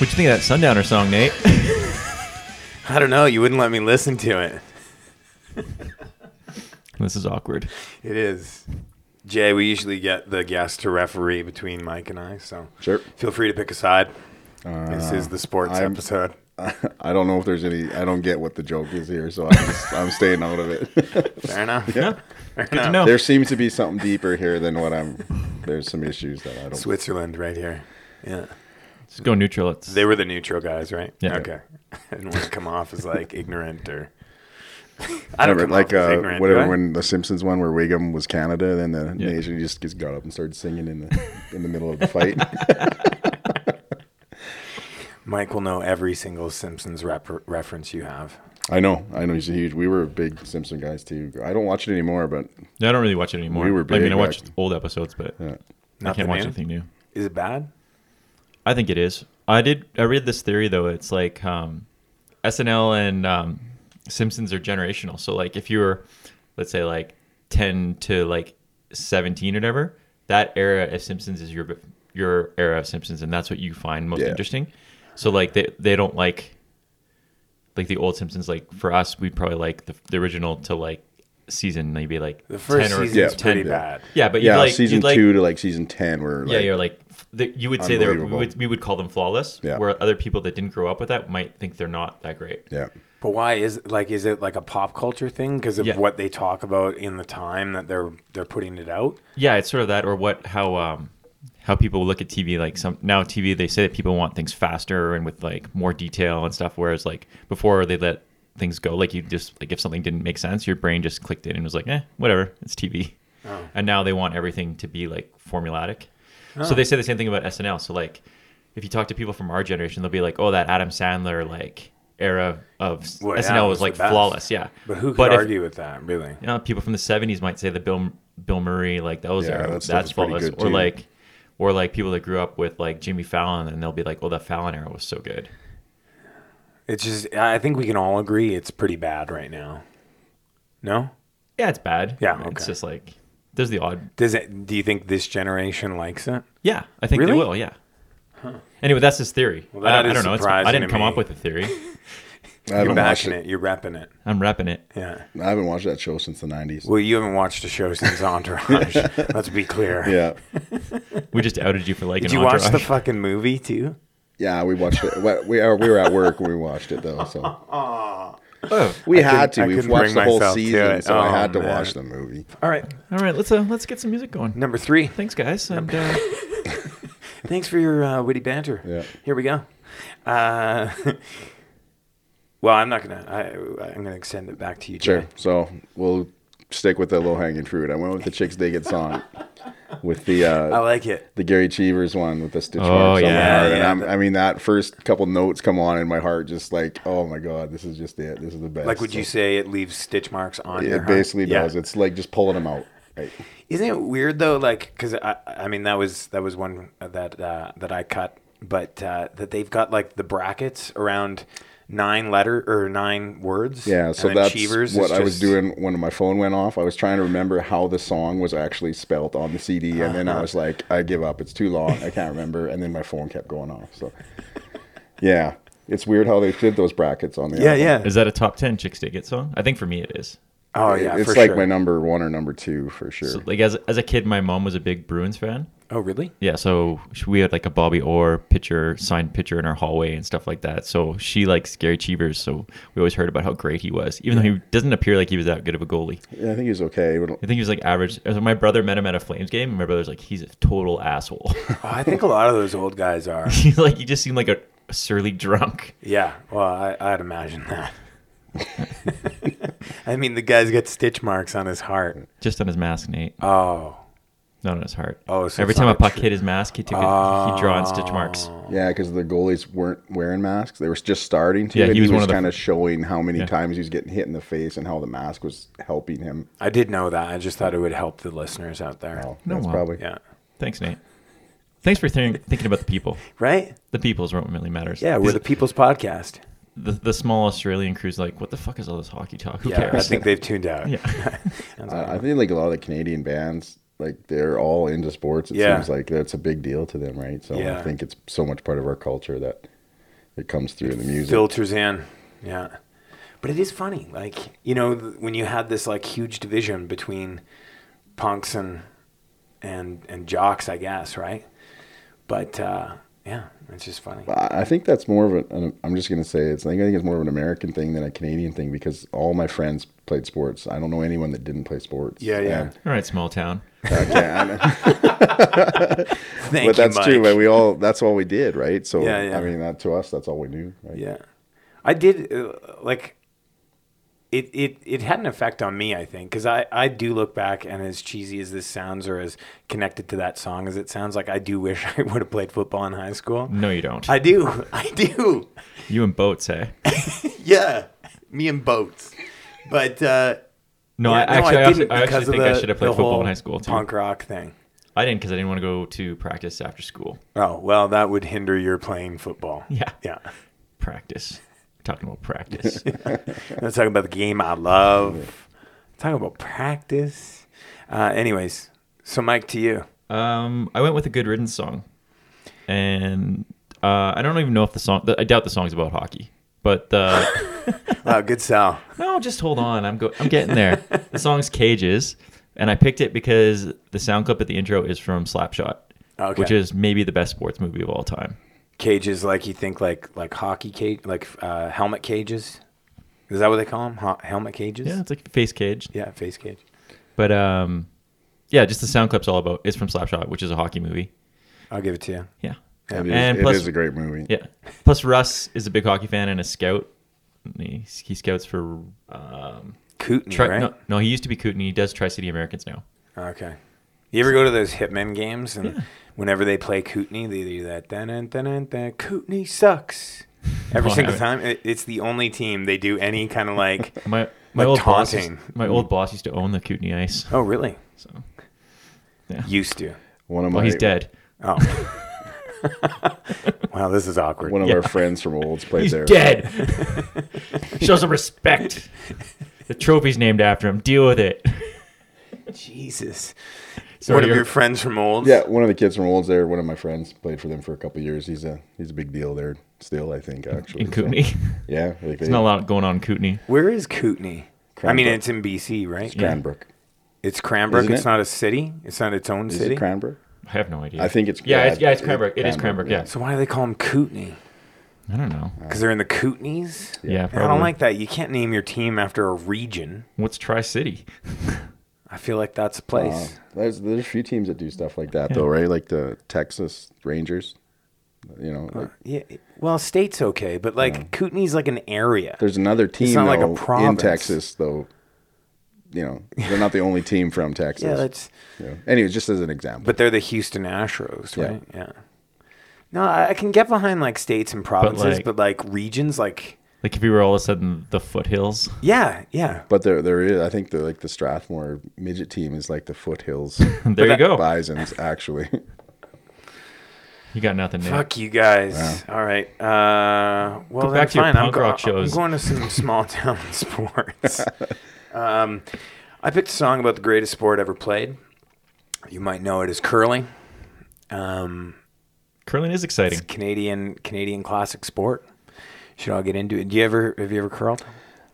K: What you think of that Sundowner song, Nate? *laughs*
J: I don't know. You wouldn't let me listen to it.
K: this is awkward.
J: It is. Jay, we usually get the guest to referee between Mike and I, so
L: Sure. Uh,
J: feel free to pick a side. this is the sports
L: I'm-
J: episode.
L: I don't know if there's any. I don't get what the joke is here, so I'm, just, I'm staying out of it.
J: *laughs* Fair enough.
L: Yeah.
J: Fair Good to enough. know.
L: There seems to be something deeper here than what I'm. There's some issues that I don't.
J: Switzerland, right here. Yeah.
K: Let's go neutral. It's
J: They were the neutral guys, right?
K: Yeah.
J: Okay. *laughs* I didn't want to come off as like ignorant or. *laughs*
L: I don't
J: come
L: like
J: off as
L: uh,
J: ignorant, do
L: whatever
J: I?
L: when the Simpsons one where Wiggum was Canada, then the nation just, just got up and started singing in
J: *laughs*
L: the in the middle of the fight.
J: Mike will know every single Simpsons rep- reference you have.
L: I know, I know he's a huge. We were big Simpson guys too. I don't watch it anymore, but
K: I don't really watch it anymore.
L: We were.
K: I mean,
L: big
K: I
L: back-
K: watched old episodes, but I
J: Nothing
K: can't watch
J: new?
K: anything new.
J: Is it bad?
K: I think it is. I did. I read this theory though. It's like um, SNL and um, Simpsons are generational. So like, if you were, let's say, like ten to like seventeen or whatever, that era of Simpsons is your your era of Simpsons, and that's what you find most
L: Yeah.
K: interesting. So like, they they don't like like the old Simpsons. Like for us, we probably like the, the original to like season maybe like
J: The first
K: 10 or
J: season's
K: 10
J: pretty bad.
K: Yeah, but you'd
L: yeah,
K: like,
L: season
K: you'd like,
L: two to like season ten were like,
K: yeah, you're like th- you would say they we
L: unbelievable.
K: would we would call them flawless.
L: Yeah.
K: Where other people that didn't grow up with that might think they're not that great.
L: yeah.
J: But why is like is it like a pop culture thing because of
K: Yeah.
J: what they talk about in the time that they're they're putting it out?
K: Yeah, it's sort of that, or what how um how people look at TV. Like some now TV, they say that people want things faster and with like more detail and stuff. Whereas like before, they let things go. Like you just like if something didn't make sense, your brain just clicked it and was like, eh, whatever, it's TV.
J: Oh.
K: And now they want everything to be like formulatic.
J: Oh.
K: So they say the same thing about SNL. So like if you talk to people from our generation, they'll be like, oh, that Adam Sandler like era of
J: Well, yeah,
K: SNL
J: it
K: was
J: the
K: like
J: best.
K: flawless. Yeah.
J: But who could
K: if-
J: argue with that really?
K: you know, people from the '70s might say the Bill Bill Murray, like that was
L: Yeah,
K: their-
L: that stuff
K: that's
L: was pretty
K: flawless,
L: good,
K: or
L: too.
K: like, or like people that grew up with like Jimmy Fallon, and they'll be like, "Oh, that Fallon era was so good."
J: It's just I think we can all agree it's pretty bad right now. No?
K: Yeah, it's bad.
J: Yeah,
K: it's
J: okay.
K: just like there's the odd.
J: Does it do you think this generation likes it?
K: Yeah, I think
J: Really?
K: they will. Yeah. Anyway, that's his theory.
J: Well,
K: I,
J: that
K: I
J: is
K: don't know. It's,
J: surprising
K: I didn't
J: to
K: come
J: me.
K: up with a theory.
L: I
J: You're
L: haven't watched
J: backing it. You're repping it.
K: I'm repping it.
J: Yeah.
L: I haven't watched that show since the nineties.
J: Well, you haven't watched the show since Entourage. Let's be clear.
L: *laughs* Yeah.
K: We just outed you for like
J: Did
K: an
J: you watch the
K: entourage.
J: fucking movie too?
L: Yeah, we watched it. We- We are we were at work when we watched it though, so
K: *laughs* Oh.
L: we
J: I
L: had
J: couldn't-
L: to.
J: I
L: We've
J: couldn't
L: watched
J: bring
L: the whole
J: myself to
L: season,
J: it.
L: so I
J: Oh,
L: had to
J: man.
L: watch the movie.
J: All right.
K: All right, let's uh, let's get some music going.
J: Number three.
K: Thanks, guys. And, uh,
J: Thanks for your uh, witty banter.
L: Yeah.
J: Here we go. Uh, *laughs* well, I'm not gonna. I, I'm gonna extend it back to you, Jay.
L: Sure. So we'll stick with the low hanging fruit. I went with the Chicks Dig It song with the uh,
J: I like it.
L: the Gary Cheevers one with the stitch
K: Oh,
L: marks
K: yeah,
L: on my heart. And
J: yeah.
L: I'm, I mean that first couple notes come on and my heart just like, oh my god, this is just it. This is the best.
J: Like, would you
L: So
J: say it leaves stitch marks on your
L: It
J: heart?
L: basically
J: Yeah.
L: does. It's like just pulling them out. Right.
J: Isn't it weird though? Like, because I, I mean, that was that was one that uh, that I cut, but uh, that they've got like the brackets around nine letter or nine words.
L: Yeah, so
J: and then
L: that's
J: Cheevers is
L: what I was
J: just-
L: doing when my phone went off. I was trying to remember how the song was actually spelt on the CD, and
J: Uh-huh.
L: then I was like, I give up. It's too long. I can't remember. And then my phone kept going off. So, yeah, it's weird how they did those brackets on the
J: Yeah,
L: album.
J: yeah.
K: is that a top ten chicks dig it song? I think for me it is.
J: Oh, yeah,
L: it's
J: for
L: like
J: sure.
L: my number one or number two for sure.
K: So, like as as a kid, my mom was a big Bruins fan.
J: Oh, really?
K: Yeah. So she- we had like a Bobby Orr picture, signed picture in our hallway and stuff like that. So she likes Gary Cheevers. So we always heard about how great he was, even though he doesn't appear like he was that good of a goalie.
L: Yeah, I think he was okay. But
K: I think he was like average. uh, So my brother met him at a Flames game, and my brother's like, he's a total asshole. *laughs*
J: Oh, I think a lot of those old guys are.
K: like he just seemed like a, a surly drunk.
J: Yeah, well, I, I'd imagine that. *laughs* I mean, the guy's got stitch marks on his heart.
K: Just on his mask, Nate.
J: Oh.
K: Not on his heart.
J: Oh, so
K: every
J: it's
K: time
J: not Oh.
K: a puck
J: true-
K: hit his mask, he took a, he drawn stitch marks.
L: Yeah, because the goalies weren't wearing masks; they were just starting to.
K: Yeah,
L: and
K: he
L: he
K: was
L: was,
K: one of the-
L: kind of showing how many
K: Yeah.
L: times he was getting hit in the face and how the mask was helping him.
J: I did know that. I just thought it would help the listeners out there.
K: No,
L: That's
K: well.
L: probably
J: yeah.
K: Thanks, Nate. Thanks for think- thinking about the people.
J: Right?
K: The people is what really matters.
J: Yeah, we're the People's Podcast.
K: the, the small Australian crew's like, what the fuck is all this hockey talk? Who
J: Yeah, I
K: cares?
J: think they've tuned out.
K: Yeah.
L: I, I think like a lot of the Canadian bands, like they're all into sports. It
J: Yeah.
L: seems like that's a big deal to them, right? So
J: Yeah.
L: I think it's so much part of our culture that it comes through in the music.
J: Filters in. Yeah. But it is funny. Like, you know, th- when you had this like huge division between punks and and and jocks, I guess, right? But uh yeah, it's just funny.
L: I I think that's more of a- an. I'm just gonna say it's. I think I think it's more of an American thing than a Canadian thing because all my friends played sports. I don't know anyone that didn't play sports. And
K: all right, small town.
J: Thank
L: but
J: you,
L: that's true.
J: Mike.
L: But we all that's all we did, right? So
J: Yeah, yeah.
L: I mean, that to us, that's all we knew. Right?
J: Yeah, I did uh, like it. It it had an effect on me, I think, because I I do look back and as cheesy as this sounds, or as connected to that song as it sounds, like I do wish *laughs* I would have played football in high school.
K: No, you don't.
J: I do, *laughs* I do.
K: You and boats, eh? hey?
J: Yeah, me and boats, but. uh
K: No, I actually- I actually- I actually
J: because of
K: think I should have played
J: the
K: football in
J: whole
K: high school, too.
J: Punk rock thing.
K: I didn't because I didn't want to go to practice after school.
J: Oh well, that would hinder your playing football.
K: *laughs* Yeah.
J: yeah.
K: Practice. We're talking about
J: *laughs*
K: practice.
J: Let's talk about the game I love. Talking about practice. Uh, anyways, so Mike, to you.
K: um, I went with a Good Riddance song, and uh, I don't even know if the song. I doubt the song's about hockey, but uh, *laughs*
J: Wow, good sell.
K: No, just hold on. I'm go. I'm getting there. the song's Cages, and I picked it because the sound clip at the intro is from Slapshot,
J: Okay.
K: which is maybe the best sports movie of all time.
J: Cages, like you think, like like hockey cage, like uh, helmet cages. Is that what they call them? Ho- helmet cages.
K: Yeah, it's like face cage.
J: Yeah, face cage.
K: But um, yeah, just the sound clip's all about. It's from Slapshot, which is a hockey movie.
J: I'll give it to you.
K: Yeah.
L: It is- it is a great movie.
K: Yeah. Plus, Russ is a big hockey fan and a scout. And He, he scouts for um,
J: Kootenay,
K: Tri-
J: right?
K: No, no, he used to be Kootenay. He does Tri City Americans now.
J: Okay. You ever go to those Hitman games and whenever they play Kootenay, they do that. Dun, dun, dun, dun, dun, Kootenay
K: *laughs*
J: sucks. Every
K: Oh, I
J: single
K: haven't.
J: time, It- it's the only team they do any kind of
K: *laughs*
J: like
K: My my old boss used-
J: taunting. Hmm.
K: my old boss used to own the Kootenay Ice.
J: Oh, really?
K: So, yeah.
J: Used to.
L: One of
K: Well,
L: my
K: he's dead.
J: Oh. *laughs* wow, this is awkward.
L: One of
K: Yeah.
L: our friends from
K: *laughs*
L: Olds played
K: He's
L: there.
K: dead.
L: *laughs*
K: Show some respect. The trophy's named after him. Deal with it.
J: Jesus.
K: Sorry,
J: One of
K: you're-
J: your friends from old.
L: Yeah, one of the kids from Olds there. One of my friends played for them for a couple years. He's a he's a big deal there still. I think actually
K: In Kootenay?
L: yeah,
K: *laughs*
L: like
K: There's
L: they-
K: not a lot going on in Kootenay.
J: Where is Kootenay? I mean,
L: Cranbrook.
J: it's in BC, right?
L: It's Cranbrook.
J: It's Cranbrook.
L: Isn't
J: it's
L: it?
J: not a city. It's not its own
L: Is it
J: city.
L: Cranbrook?
K: I have no idea.
L: I think it's
K: yeah, it's,
L: yeah,
K: yeah, it's
L: it-
K: Cranbrook. it is
L: Cranbrook,
K: Cranbrook. Yeah.
J: So why do they call him Kootenay?
K: I don't know.
J: Because they're in the Kootenays.
K: Yeah,
J: And I don't
K: probably.
J: like that. You can't name your team after a region.
K: What's Tri City?
J: I feel like that's a place.
L: Wow. Uh, There's there's a few teams that do stuff like that
K: Yeah.
L: though, right? Like the Texas Rangers. You know, like-
J: Yeah. Well, state's okay, but like Kootenay's like an area.
L: there's another team
J: not like a
L: though, in
J: province.
L: Texas though. You know, they're not the only team from Texas.
J: Yeah, that's-
L: You know. Anyway, just as an example.
J: But they're the Houston Astros,
L: Yeah.
J: right? Yeah. No, I I can get behind like states and provinces,
K: like-
J: but like, regions, like
K: Like if we were all of a sudden the foothills. *laughs*
J: yeah, yeah.
L: But there, there is. I think the like the Strathmore midget team is like the foothills.
K: *laughs* There you go.
L: Bison's actually. *laughs*
K: You got nothing. Nick.
J: Fuck you guys. All right. Uh, well,
K: Go
J: then
K: back to your
J: fine. I'm
K: punk rock shows.
J: I'm going to some small *laughs* town
K: *laughs*
J: sports. um, I picked a song about the greatest sport ever played. You might know it as curling. Um,
K: Curling is exciting.
J: it's Canadian Canadian classic sport. Should all get into it. Do you ever have you ever curled?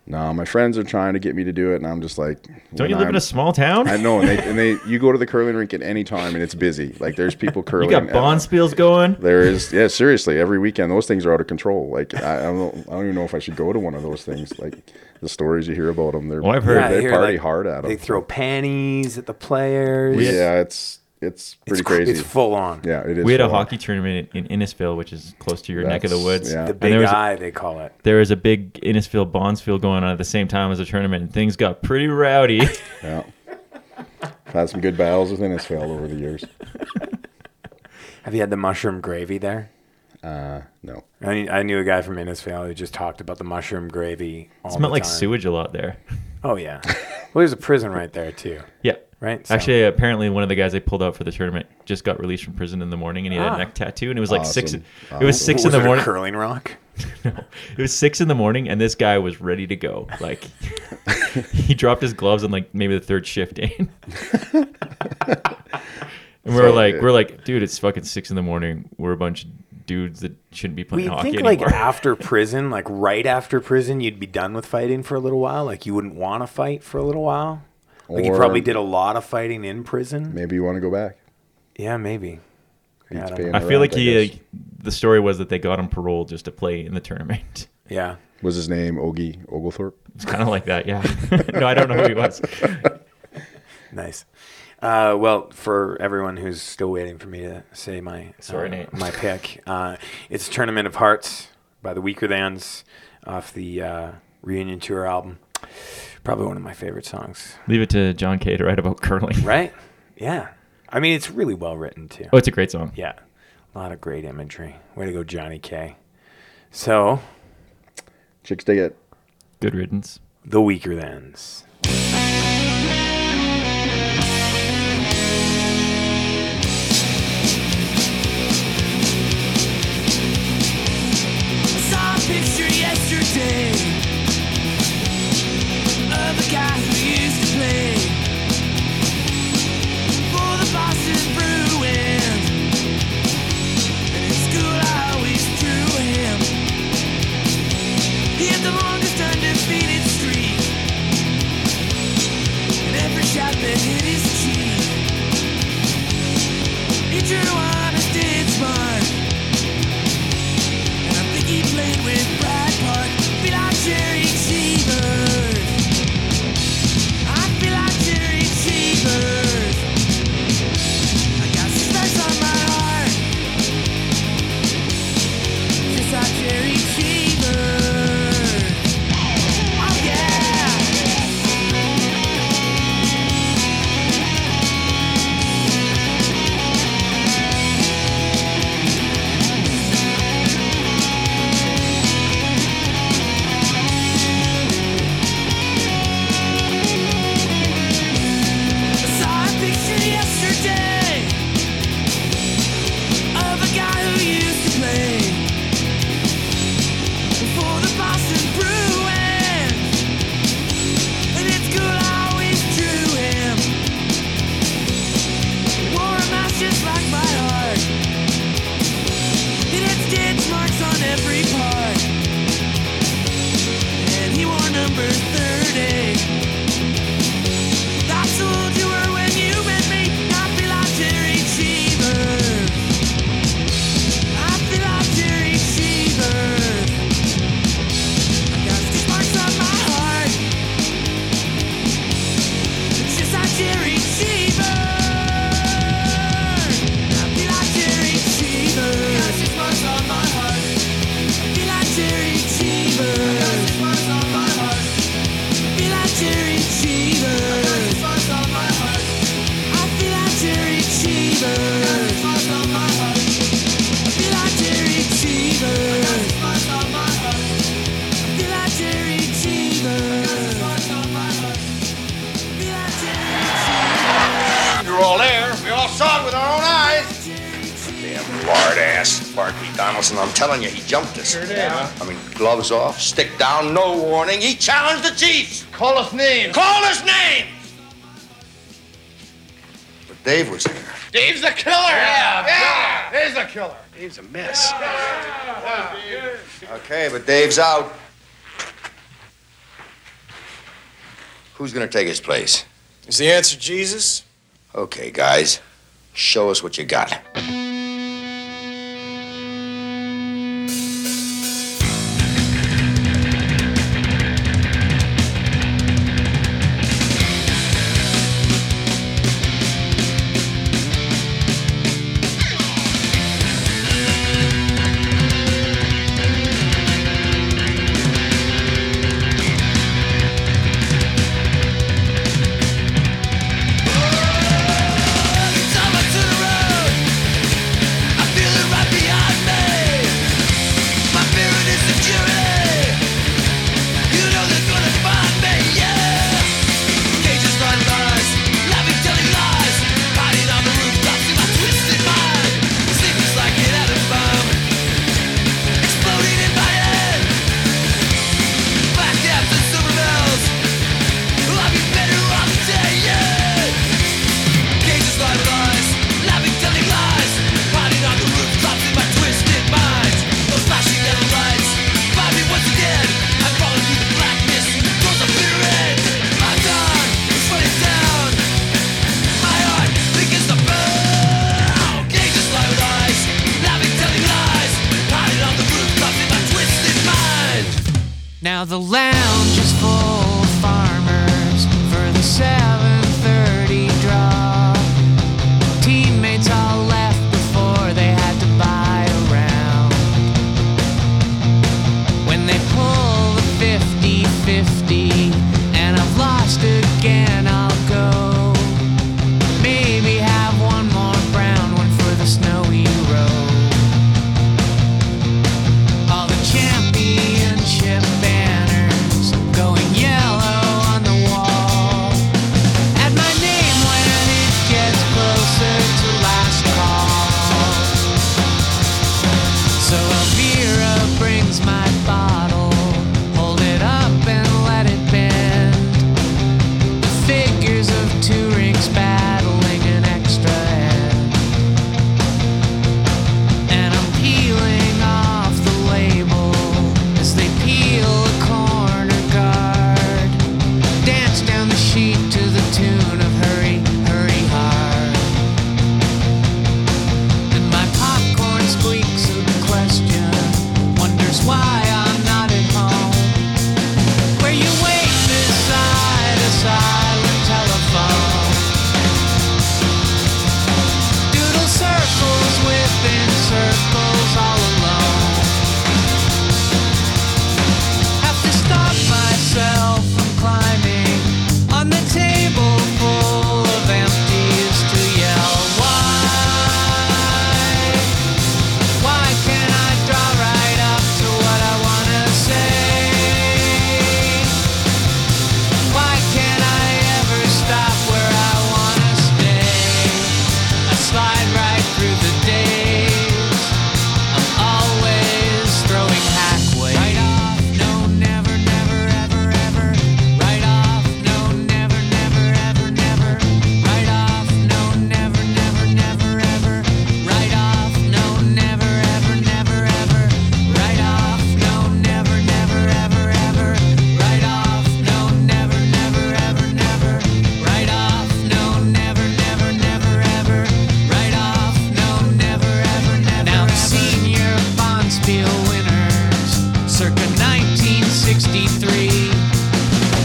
L: No, my friends are trying to get me to do it, and I'm just like,
K: Don't
L: when
K: you live in
L: I'm-
K: a small town?
L: I know, and they, and they you go to the curling rink at any time, and it's busy. Like there's people curling.
K: *laughs* You got
L: at-
K: bond spiels going.
L: There is, yeah, seriously. Every weekend, those things are out of control. Like I, I don't, I don't even know if I should go to one of those things. Like the stories you hear about them,
K: Oh,
L: they're
J: Yeah, I
L: they
J: hear,
L: party
J: like,
L: hard at them.
J: They throw panties at the players.
L: yeah, it's it's pretty
J: cr-
L: crazy.
J: It's full on.
L: Yeah, it is.
K: We had a
L: full on.
K: hockey tournament in Innisfil, which is close to your neck of the
L: That's-
K: woods.
L: yeah. The
K: And
J: big
K: there was a-
J: eye, they call it.
K: There was a big Innisfil Bondsfield going on at the same time as the tournament, and things got pretty rowdy. *laughs*
L: Yeah. Had some good battles with Innisfail over the years.
J: Have you had the mushroom gravy there?
L: Uh, no.
J: I, knew- I knew a guy from Innisfail who just talked about the mushroom gravy. All
K: Smelled
J: the
K: like
J: time.
K: sewage a lot there.
J: Oh yeah. well, there's a prison right there too.
K: Yeah.
J: Right. So-
K: Actually, apparently one of the guys they pulled out for the tournament just got released from prison in the morning, and he had
J: Ah.
K: a neck tattoo, and it was like six.
J: Awesome.
K: It was
J: Awesome.
K: six in
J: Was
K: the
J: it a *laughs*
K: morning.
J: curling rock?
K: no, it was six in the morning, and this guy was ready to go. Like *laughs* he dropped his gloves on like maybe the third
J: *laughs*
K: shift *laughs* in. And we we're
J: So-
K: like, we're like, dude, it's fucking six in the morning. We're a bunch of dudes that shouldn't be playing
J: We
K: hockey
J: think like
K: anymore. *laughs*
J: after prison, like right after prison, you'd be done with fighting for a little while. Like you wouldn't want to fight for a little while. Like you
L: Or-
J: probably did a lot of fighting in prison.
L: Maybe you want to go back.
J: Yeah, maybe. Yeah, I don't know.
K: I feel like he,
J: uh,
K: like, the story was that they got him paroled just to play in the tournament. *laughs*
J: Yeah.
L: Was his name Ogie Oglethorpe?
K: It's kind of like that, yeah. *laughs* no, I don't know who he was.
J: Nice. Uh, well, for everyone who's still waiting for me to say my
K: Sorry,
J: uh,
K: Nate.
J: my pick, uh, it's Tournament of Hearts by the Weaker Thans off the uh, Reunion Tour album. Probably one of my favorite songs.
K: Leave it to John Kay to write about curling.
J: Right? Yeah. I mean, it's really well written too.
K: Oh, it's a great song.
J: Yeah, a lot of great imagery. Way to go, Johnny K. So,
L: chicks dig it.
K: Good riddance.
J: The weaker thans.
M: I saw a picture yesterday of a guy who used to play for the Boston Bruins. And in school, I always drew him. He had the longest undefeated streak, and every shot that hit his cheek. He drew honest and smart. I think he played with Brad Park. Feel like Jerry Cheever. I feel like Jerry Cheever. I got scars on my heart. Just like Jerry Cheever. Oh yeah. I saw a picture yesterday of a guy who used to play for the Boston Bruins, and it's cool I always drew him. Wore a mask just like my heart, it had stitch marks on every part, and he wore number thirty. I told you were when you met me. I feel like Jerry Cheever. I feel like Jerry Cheever. I got these marks on my heart. It's just like Jerry Cheever. I feel like Jerry Cheever. Got these marks on my heart. I feel like Jerry Cheever. Got these marks on my heart. I feel like Jerry Cheever. I feel like Jerry Cheever. I feel like Jerry Cheever. I feel like Jerry Cheever.
N: You're all there. We all saw it with our own eyes. Damn lard ass, Bart Donaldson. I'm telling you, he jumped us.
G: did, huh?
N: I mean, gloves off, stick down, no warning. He challenged the Chiefs. Call us names. Call us names. But Dave was there.
G: Dave's the killer. Yeah, yeah. Dave's the killer.
N: Dave's a mess. Okay, but Dave's out.
L: Who's going to take his place?
O: Is the answer Jesus?
L: Okay, guys, show us what you got.
P: Now the lounge is full of farmers for the 7:30 draw. Teammates all left before they had to buy a round. When they pull the 50-50 and I've lost again, I'll go. Maybe have one more brown one for the snowy road. All the championship banners going yellow on the wall. Add my name when it gets closer to last call. So Elvira brings my bottle, hold it up and let it bend. The figures of two rings battling an extra end. And I'm peeling off the label as they peel a corner guard. Dance down the sheet to the tune of Hurry, Hurry Hard. And my popcorn squeaks a question, wonders why I'm not at home. Where you wait beside a silent telephone. Doodle circles within circles all alone. Have to stop myself from climbing on the table full of empties to yell, Why? Why can't I draw right up to what I wanna say? Why can't I ever stop where I wanna stay? I slide right through the days. I'm always throwing hackways. Right off, no, never, never, ever, ever. Right off, no, never, never, ever, never. Right off, no, never, never, never, ever. Right off, no, never, ever, never, ever. Right off, no, never, never, ever, ever. Right off, no, never, never, ever, never. Right off, no, never, never, never, ever. Right off, no, never, ever, never. Now the senior Bonspiel winners, circa 1963,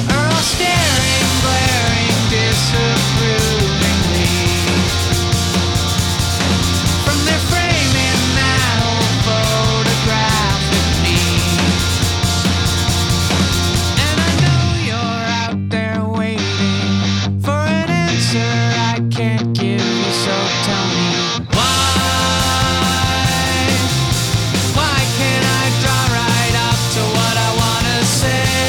P: are all staring, glaring, disapprovingly from their frame in that old photograph of me. And I know you're out there waiting for an answer I can't give you, so tell me why. Why can't I draw right up to what I wanna say?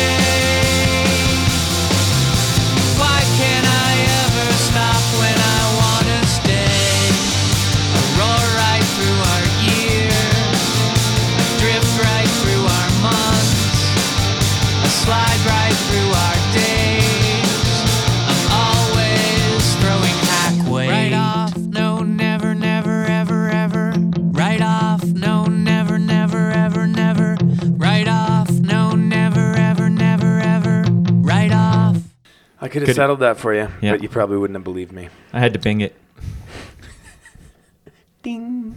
J: could have
K: Could-
J: settled that for you,
K: Yeah.
J: but you probably wouldn't have believed me.
K: I had to bing it.
J: Ding.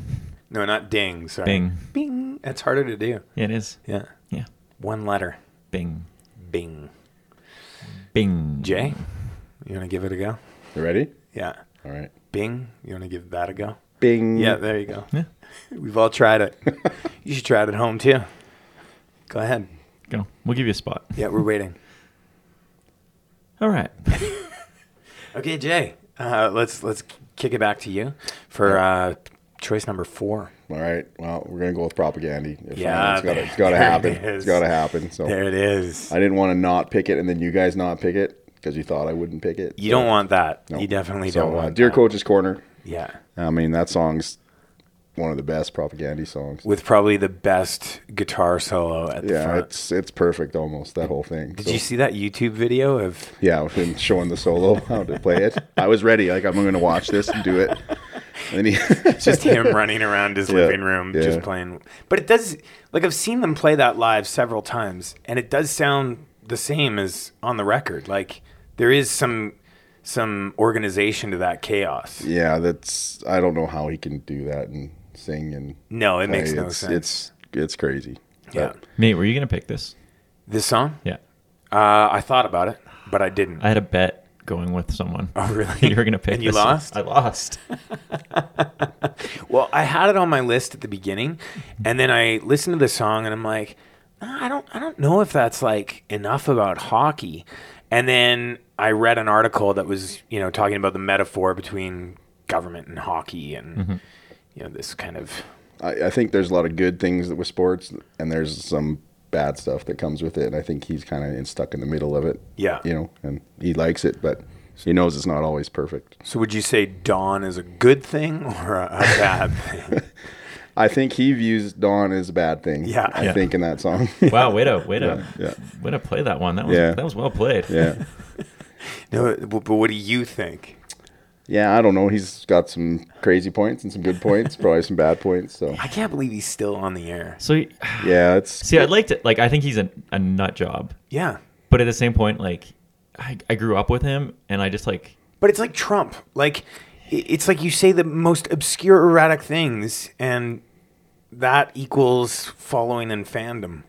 J: No, not ding. Sorry.
K: Bing.
J: Bing. That's harder to do.
K: Yeah, it is.
J: Yeah.
K: Yeah.
J: One letter.
K: Bing.
J: Bing.
K: Bing.
J: Jay, you want to give it a go?
L: You ready?
J: Yeah.
L: All right.
J: Bing, you want to give that a go?
L: Bing.
J: Yeah, there you go.
K: Yeah.
J: We've all tried
L: *laughs*
J: it. you should try it at home too. Go ahead.
K: Go. We'll give you a spot.
J: Yeah, we're waiting.
K: All right.
J: Okay, Jay. Uh, let's let's kick it back to you for uh, choice number four.
L: All right. Well, we're gonna go with propaganda. If
J: Yeah,
L: it's gotta,
J: there-
L: it's gotta
J: there *laughs* it
L: happen. It
J: is.
L: has gotta happen. So
J: There it is.
L: I didn't want to not pick it, and then you guys not pick it because you thought I wouldn't pick it.
J: You
L: So-
J: don't want that. You definitely
L: So,
J: don't
L: uh,
J: want
L: Dear Coach's Corner.
J: Yeah.
L: I mean that song's one of the best propaganda songs.
J: with probably the best guitar solo at the
L: Yeah,
J: front.
L: it's it's perfect almost that whole thing.
J: Did
L: So-
J: you see that YouTube video of
L: Yeah, with him showing the solo *laughs* how to play it. I was ready. Like I'm going to watch this and do it. And then he *laughs*
J: just him running around his
L: Yeah,
J: living room just
L: yeah.
J: playing? But it does like I've seen them play that live several times and it does sound the same as on the record. Like there is some some organization to that chaos.
L: Yeah, that's I don't know how he can do that and sing and
J: No, it makes
L: play.
J: no
L: It's-
J: sense.
L: It's it's crazy.
J: Yeah.
K: Nate, were you gonna pick this?
J: This song?
K: Yeah.
J: Uh, I thought about it, but I didn't.
K: *laughs* I had a bet going with someone.
J: Oh, really?
K: *laughs* you were gonna pick.
J: And you
K: this one.
J: lost?
K: I lost.
J: Well, I had it on my list at the beginning, and then I listened to the song, and I'm like, "Nah, I don't, I don't know if that's like enough about hockey. And then I read an article that was, you know, talking about the metaphor between government and hockey, and
L: Mhm.
J: you know, this kind of
L: I, I think there's a lot of good things with sports, and there's some bad stuff that comes with it. And I think he's kind of stuck in the middle of it.
J: Yeah.
L: you know, and he likes it, but he knows it's not always perfect.
J: So, would you say dawn is a good thing or a, a *laughs* bad thing?
L: I think he views Dawn as a bad thing.
J: Yeah.
L: I
K: Yeah.
L: think in that song.
K: Wow, way to way to
L: Yeah, yeah.
K: way to play that one. That was
L: Yeah.
K: that was well played.
L: *laughs* Yeah.
J: no, but but what do you think?
L: Yeah, I don't know. He's got some crazy points and some
J: *laughs*
L: good points, probably some bad points. So
J: I can't believe he's still on the air.
K: So he-
L: yeah, it's
K: see, I liked it. Like I think he's a, a nut job.
J: Yeah.
K: But at the same point, like I, I grew up with him, and I just like
J: But it's like Trump. Like i- it's like you say the most obscure erratic things and that equals following and fandom.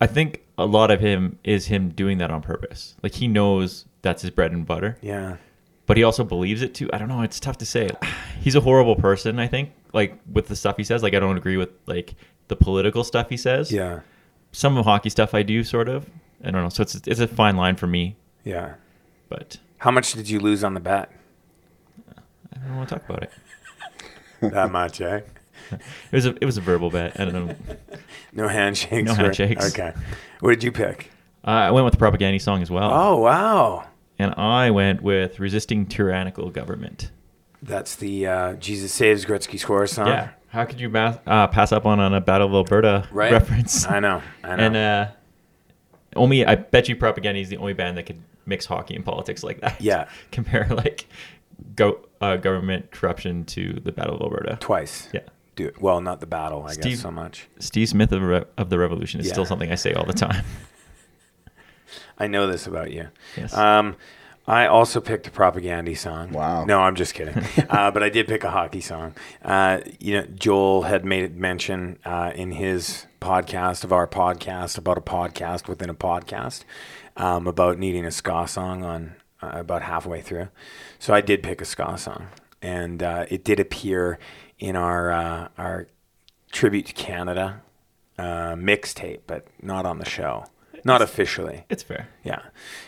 K: I think a lot of him is him doing that on purpose. Like he knows that's his bread and butter.
J: Yeah.
K: But he also believes it too. I don't know. It's tough to say. He's a horrible person. I think. Like with the stuff he says. Like I don't agree with like the political stuff he says.
J: Yeah.
K: Some of hockey stuff I do sort of. I don't know. So it's it's a fine line for me.
J: Yeah.
K: But
J: How much did you lose on the bet?
K: I don't want to talk about it. *laughs*
J: That much, eh?
K: It was a it was a verbal bet. I don't know. *laughs* Uh,
J: No handshakes.
K: No
J: right?
K: handshakes.
J: Okay. What did you pick?
K: Uh, I went with the propaganda song as well.
J: Oh wow.
K: And I went with resisting tyrannical government.
J: That's the uh, Jesus Saves Gretzky Score song.
K: Yeah. How could you ba- uh, pass up on, on a Battle of Alberta
J: Right?
K: reference?
J: I know, I know.
K: And uh, only I bet you Propaganda is the only band that could mix hockey and politics like that.
J: Yeah.
K: *laughs* Compare like go uh, government corruption to the Battle of Alberta.
J: Twice.
K: Yeah.
J: Do it. Well, not the battle, I
K: Steve-
J: guess so much.
K: Steve Smith of, Re- of the Revolution is
J: Yeah.
K: still something I say all the time. *laughs*
J: I know this about you.
K: Yes.
J: Um, I also picked a propaganda song.
L: Wow.
J: No, I'm just kidding. uh, but I did pick a hockey song. Uh, you know, Joel had made mention uh, in his podcast of our podcast about a podcast within a podcast um, about needing a ska song on uh, about halfway through. So I did pick a ska song, and uh, it did appear in our uh, our tribute to Canada uh, mixtape, but not on the show, not officially.
K: It's fair.
J: Yeah,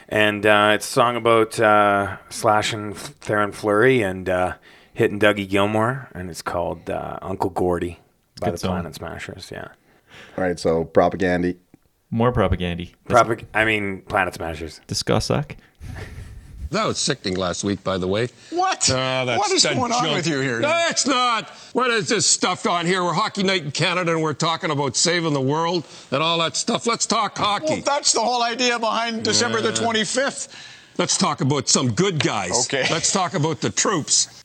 J: and uh, it's a song about uh, slashing Theron Flurry and uh, hitting Dougie Gilmore, and it's called uh, Uncle Gordy by
K: Good
J: the
K: song.
J: Planet Smashers. Yeah,
L: All right, so propaganda.
K: More propaganda.
J: Propag- I mean Planet Smashers.
K: Discuss suck.
Q: That was sickening last week, by the way. What? that's
G: What is
Q: that
G: going on
Q: junk.
G: with you here?
Q: No, it's not. What is this stuff on here? We're Hockey Night in Canada, and we're talking about saving the world and all that stuff. Let's talk hockey.
G: Well, that's the whole idea behind December the
Q: Yeah.
G: 25th.
Q: Let's talk about some good guys.
G: Okay.
Q: Let's talk about the troops.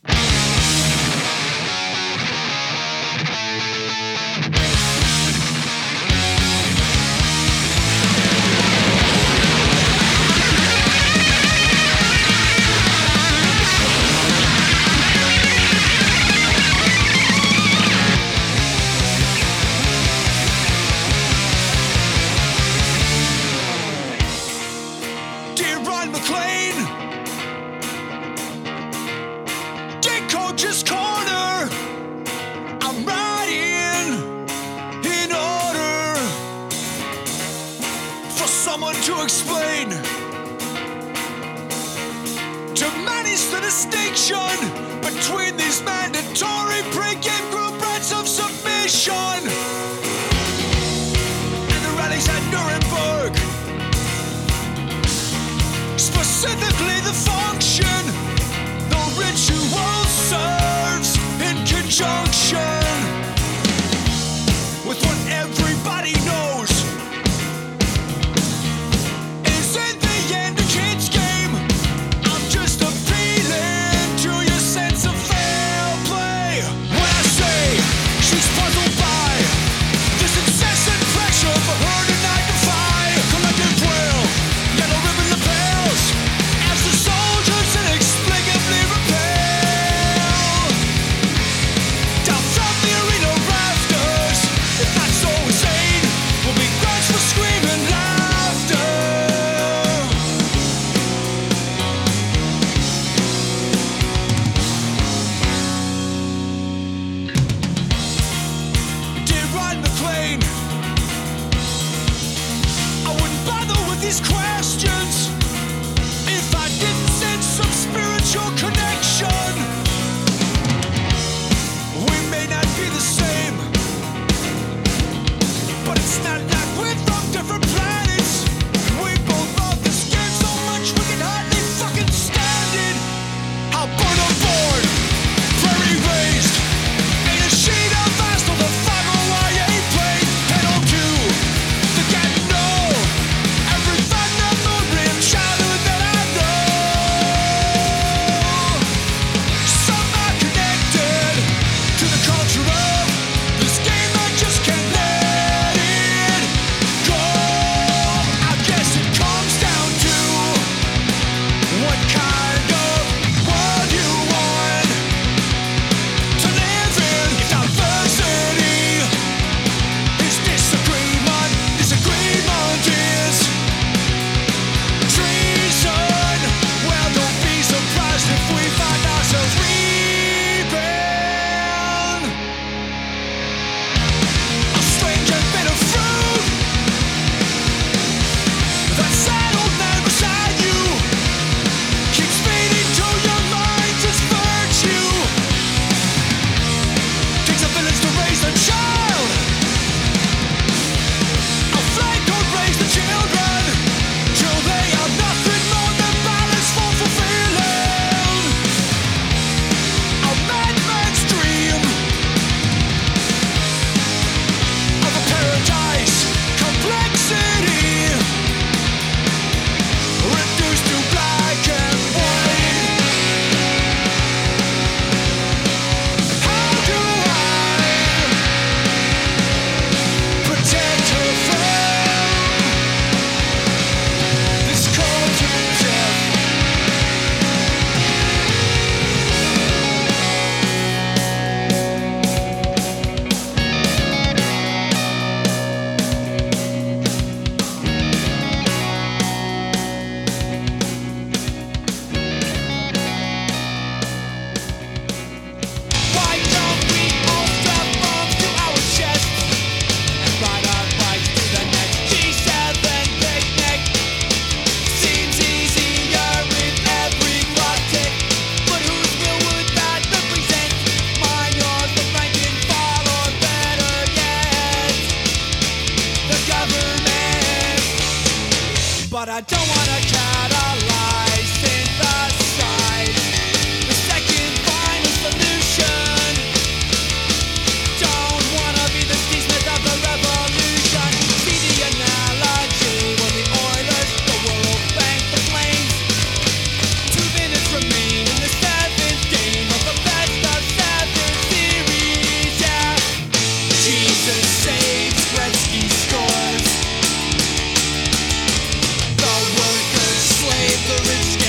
R: to explain. To manage the distinction between these mandatory pre-game group rights of submission and the rallies at Nuremberg. Specifically, the function the ritual serves in conjunction with what everybody knows is in the end a kid's game. I'm just appealing to your sense of fair play when I say she's puzzled by this incessant pressure for her to not defy collective will. Yet a ribbon lapels as the soldiers inexplicably repel down from the arena rafters. If not so insane, will be grunts for screaming laughter. did ride the plane. I wouldn't bother with these questions if I didn't sense some spiritual connection. We may not be the same, but it's not like we're from different planets. We both love this game so much we can hardly fucking stand it. How burn a board, prairie raised. In a sheet of ice till the 501A plate pedal to the Gatineau. Every fight in the moon rim childhood that I know. Somehow connected to the culture of this game. I just can't let it go. I guess it comes down to what kind of world you want to live in diversity is disagreement. Disagreement is treason. Well, don't be surprised if we find ourselves reaping a strange and bitter fruit that settled there beside you keeps feeding to your mind this virtue. Takes a village to raise a child. A flag could raise the children till they are nothing more than balance for fulfilling. A madman's dream of a paradise complexity reduced to black and white. How do I protect her from this cold to Why don't we hold the bombs to our chest and ride our bikes to the next G7 picnic? Seems easier in every pocket, but whose will would that represent? Mine, yours, the Frankenfall, or better yet, the government. But I don't wanna catalyze, synthesize. The second final solution. Don't wanna be the seasoned of the revolution. See the analogy when the Oilers, the World Bank, the Flames. Two minutes remain in the seventh game of the best of seven series. Yeah. Jesus saves, Gretzky scores. The workers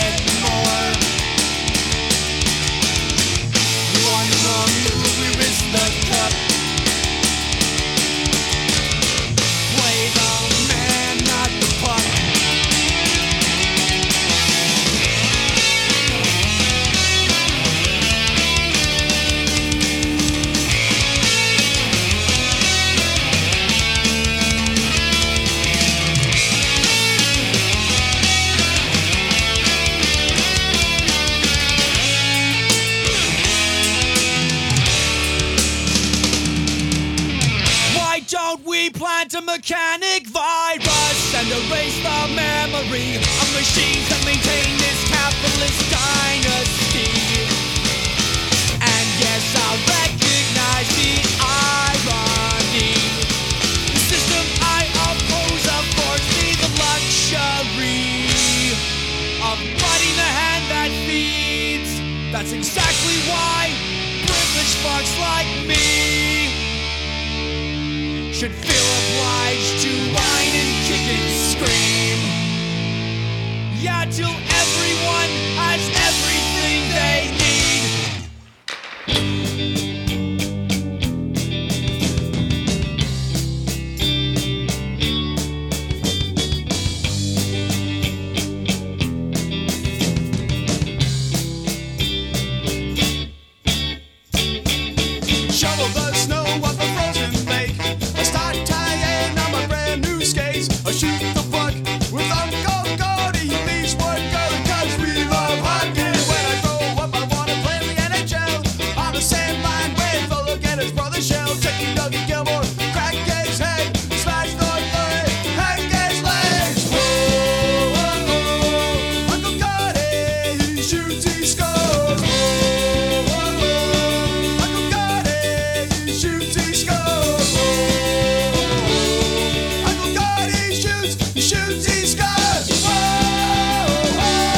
S: mechanic virus and erase the memory of machines that maintain this capitalist dynasty. And yes, I recognize the irony. The system I oppose affords me the luxury of biting the hand that feeds. That's exactly why privileged fucks like me should feel obliged to whine and kick and scream. Yeah, till everyone has everything they need.
R: Shovel the snow off the frozen lake. I start tying on my brand new skates. I shoot the buck with Uncle Cody. He leaves work going 'cause we love hockey. When I grow up, I wanna play in the NHL. On the sand line where Volo get his brother shell. Taking Dougie Gilmore, crack his head. Smash North Bay, hang his legs. Whoa, whoa, whoa. Uncle Cody, he shoots, he scores. Whoa, whoa, whoa. Uncle Gotti shoots, he scores. Uncle Gotti shoots, he shoots, he scores. Whoa, whoa.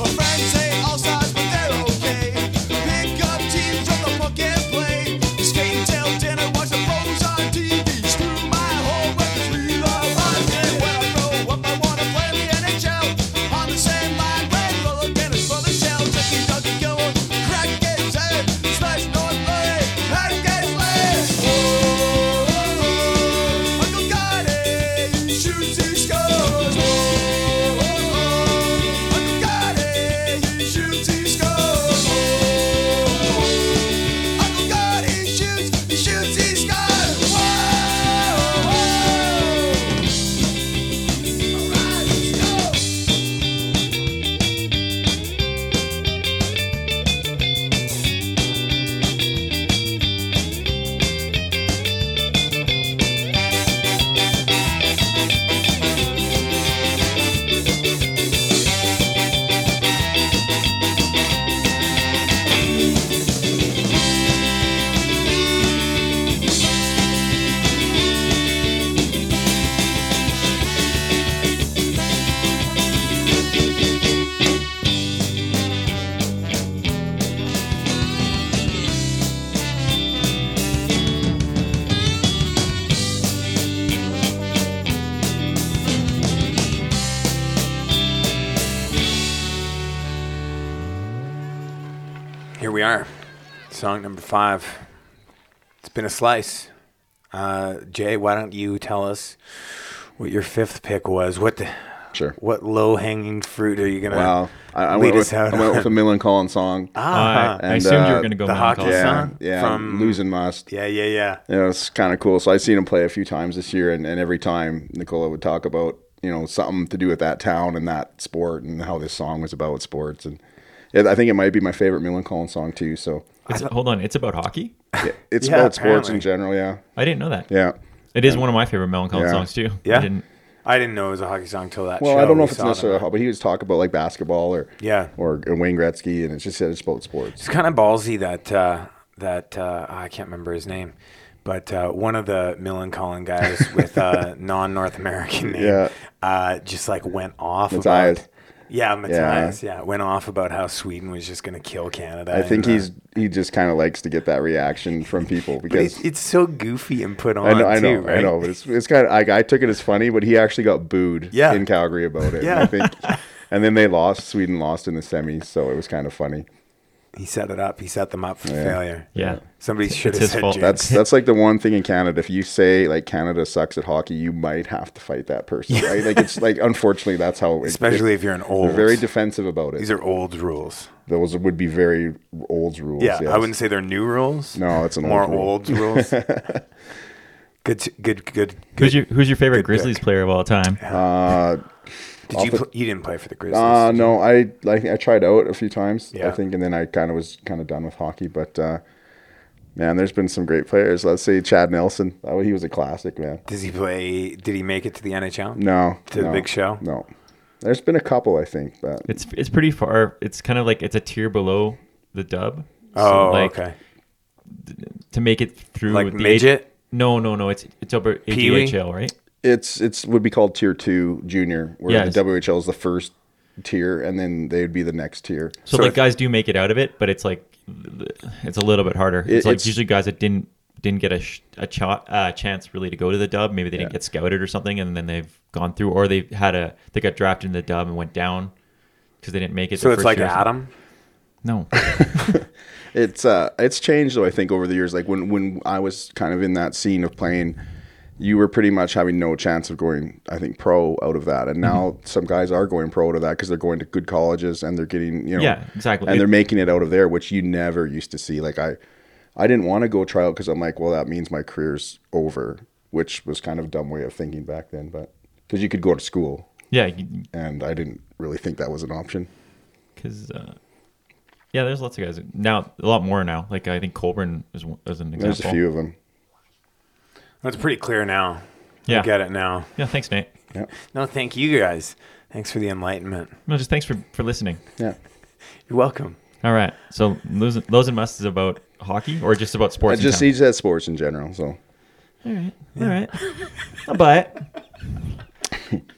R: My friends say all stars, but they're okay. Pick up teams from the puck and play. Skate till dinner, watch the pros on TV. Screw my whole records, we love hockey. When I grow up, I wanna play in the NHL. On the same line, red roller cannons for the shell. Jackie Dougie Gilmore, crack his head, smash North Bay, hack his legs. Whoa, whoa, whoa. Uncle Gotti shoots, he scores. Whoa, whoa, whoa. Uncle Gotti shoots, he scores. Whoa. Uncle Gotti shoots, he shoots, he scores. Whoa, whoa.
J: Here we are. Song number five. It's been a slice. Uh, Jay, why don't you tell us what your fifth pick was? What the,
L: sure.
J: What low hanging fruit are you gonna
L: Wow. I, I
J: lead
L: went
J: us
L: with,
J: out?
L: I went
J: on?
L: with a Millencolin song.
J: Ah. I- I assumed you were gonna go The hockey Millencolin. song?
L: Yeah, yeah,
J: From-
L: Losing Must.
J: yeah, yeah, yeah.
L: You know, it's kind of cool. So I've seen him play a few times this year, and, and every time Nicola would talk about, you know, something to do with that town and that sport and how this song was about sports. And yeah, I think it might be my favorite Millencolin song, too. So
K: It's, hold on, it's about hockey.
L: Yeah,
J: *laughs*
L: it's about sports in general, yeah.
K: I didn't know that.
L: Yeah.
K: it is one of my favorite melancholy
L: Yeah.
K: songs too.
J: Yeah.
K: I didn't,
J: I didn't know it was a hockey song till that.
L: Well,
J: show
L: I don't
J: we
L: know if it's
J: saw them.
L: necessarily a hobby. He was talking about like basketball or
J: Yeah.
L: or Wayne Gretzky, and it's just said it's about sports.
J: It's kind of ballsy that uh, that uh, I can't remember his name, but uh, one of the Millencolin
L: *laughs*
J: guys with a non-North American name
L: Yeah.
J: uh, just like went off.
L: Matthias.
J: About, yeah, Matthias. Yeah. went off about how Sweden was just going to kill Canada.
L: I think
J: and, uh,
L: he's he just kind of likes to get that reaction from people
J: *laughs* But
L: because
J: it's, it's so goofy and put on.
L: I know, I
J: too,
L: know,
J: right?
L: I know, but it's it's kind of I, I took it as funny, but he actually got booed
J: Yeah.
L: in Calgary about it. and
J: Yeah.
L: I think, *laughs* and then they lost. Sweden lost in the semis, so it was kind of funny.
J: He set it up. He set them up for
L: Yeah.
J: failure.
L: Yeah.
J: somebody
K: It's-
J: should
K: it's
J: have
K: his
J: said
K: fault.
J: James.
L: That's that's like the one thing in Canada. If you say like Canada sucks at hockey, you might have to fight that person, right? Like it's like unfortunately that's how.
J: *laughs* *laughs*
L: It,
J: Especially if you're an
L: they're
J: old.
L: very defensive about it.
J: These are old rules.
L: Those would be very old rules.
J: Yeah,
L: yes.
J: I wouldn't say they're new rules.
L: No, it's an
J: more
L: old rule.
J: old rules.
L: *laughs*
J: good, t- good, good, good.
K: who's your Who's your favorite Grizzlies player of all time?
J: *laughs*
L: Uh,
J: Did
L: off
J: you
L: the-
J: pl- you didn't play for the Grizzlies?
L: Uh, no, I like I tried out a few times,
J: Yeah.
L: I think, and then I kind of was kind of done with hockey. But uh, Man, there's been some great players. Let's say Chad Nelson. Oh, he was a classic, man.
J: Does he play? Did he make it to the NHL?
L: No,
J: To the
L: no,
J: big show?
L: No, there's been a couple, I think, but
K: It's it's pretty far. It's kind of like it's a tier below the dub.
J: Oh,
K: like,
J: okay.
K: th- To make it through
J: Like
K: the
J: midget?
K: no, no, no. It's it's over
L: Pee-wee?
K: ADHL, right?
L: it's it's would be called tier two junior, where
K: Yes.
L: the WHL is the first tier, and then they would be the next tier.
K: So, like guys do make it out of it, but it's like it's a little bit harder.
L: It-
K: it's like
L: it's-
K: usually guys that didn't didn't get a sh- a cha- uh, chance really to go to the dub. Maybe they didn't get scouted or something, and then they've gone through, or they had a they got drafted in the dub and went down because they didn't make it.
J: So
K: the
J: it's
K: first
J: like
K: year or
J: Adam?
K: something. No,
L: it's uh it's changed though I think over the years like when when I was kind of in that scene of playing you were pretty much having no chance of going I think pro out of that and
K: Mm-hmm.
L: now some guys are going pro out of that cuz they're going to good colleges and they're getting you know
K: Yeah, exactly.
L: and they're making it out of there which you never used to see like I I didn't want to go try out cuz I'm like well that means my career's over which was kind of a dumb way of thinking back then but cuz you could go to school
K: Yeah,
L: and I didn't really think that was an option
K: because uh, yeah, there's lots of guys now. A lot more now. Like I think Colburn is, one- is an example.
L: there's a few of them
J: That's pretty clear now.
K: Yeah.
J: I get it now.
K: Yeah, thanks, Nate.
L: Yeah.
J: No, thank you guys. Thanks for the enlightenment.
K: No, just thanks for for listening.
L: Yeah.
J: You're welcome.
K: All right. So those those and musts is about hockey or just about sports. in
L: I just
K: town?
L: he said sports in general so
K: All right. All right. I'll buy it.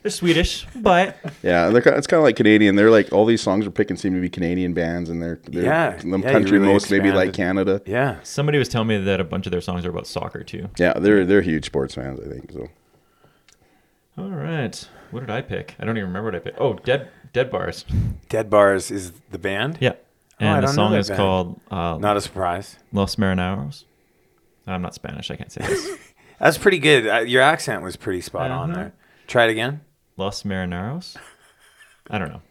K: They're Swedish, but
L: Yeah, they're, ki- it's kind of like Canadian. They're like all these songs we're picking seem to be Canadian bands, and they're, they're
K: Yeah,
L: them
K: yeah, you
L: country
K: really
L: most maybe like Canada.
J: Yeah.
K: Somebody was telling me that a bunch of their songs are about soccer too.
L: Yeah, they're they're huge sports fans. I think so.
K: All right. What did I pick? I don't even remember what I picked. Oh, Dead Dead Bars.
J: Dead Bars is the band?
K: Yeah.
J: oh, I
K: And the
J: don't know
K: song
J: that
K: is
J: band.
K: called uh,
J: Not a surprise.
K: Los Marineros. I'm not Spanish. I can't
J: *laughs*
K: say this.
J: That's pretty good. Uh, your accent was pretty spot on
K: Uh-huh.
J: there. Try it again.
K: Los Marineros? I don't know.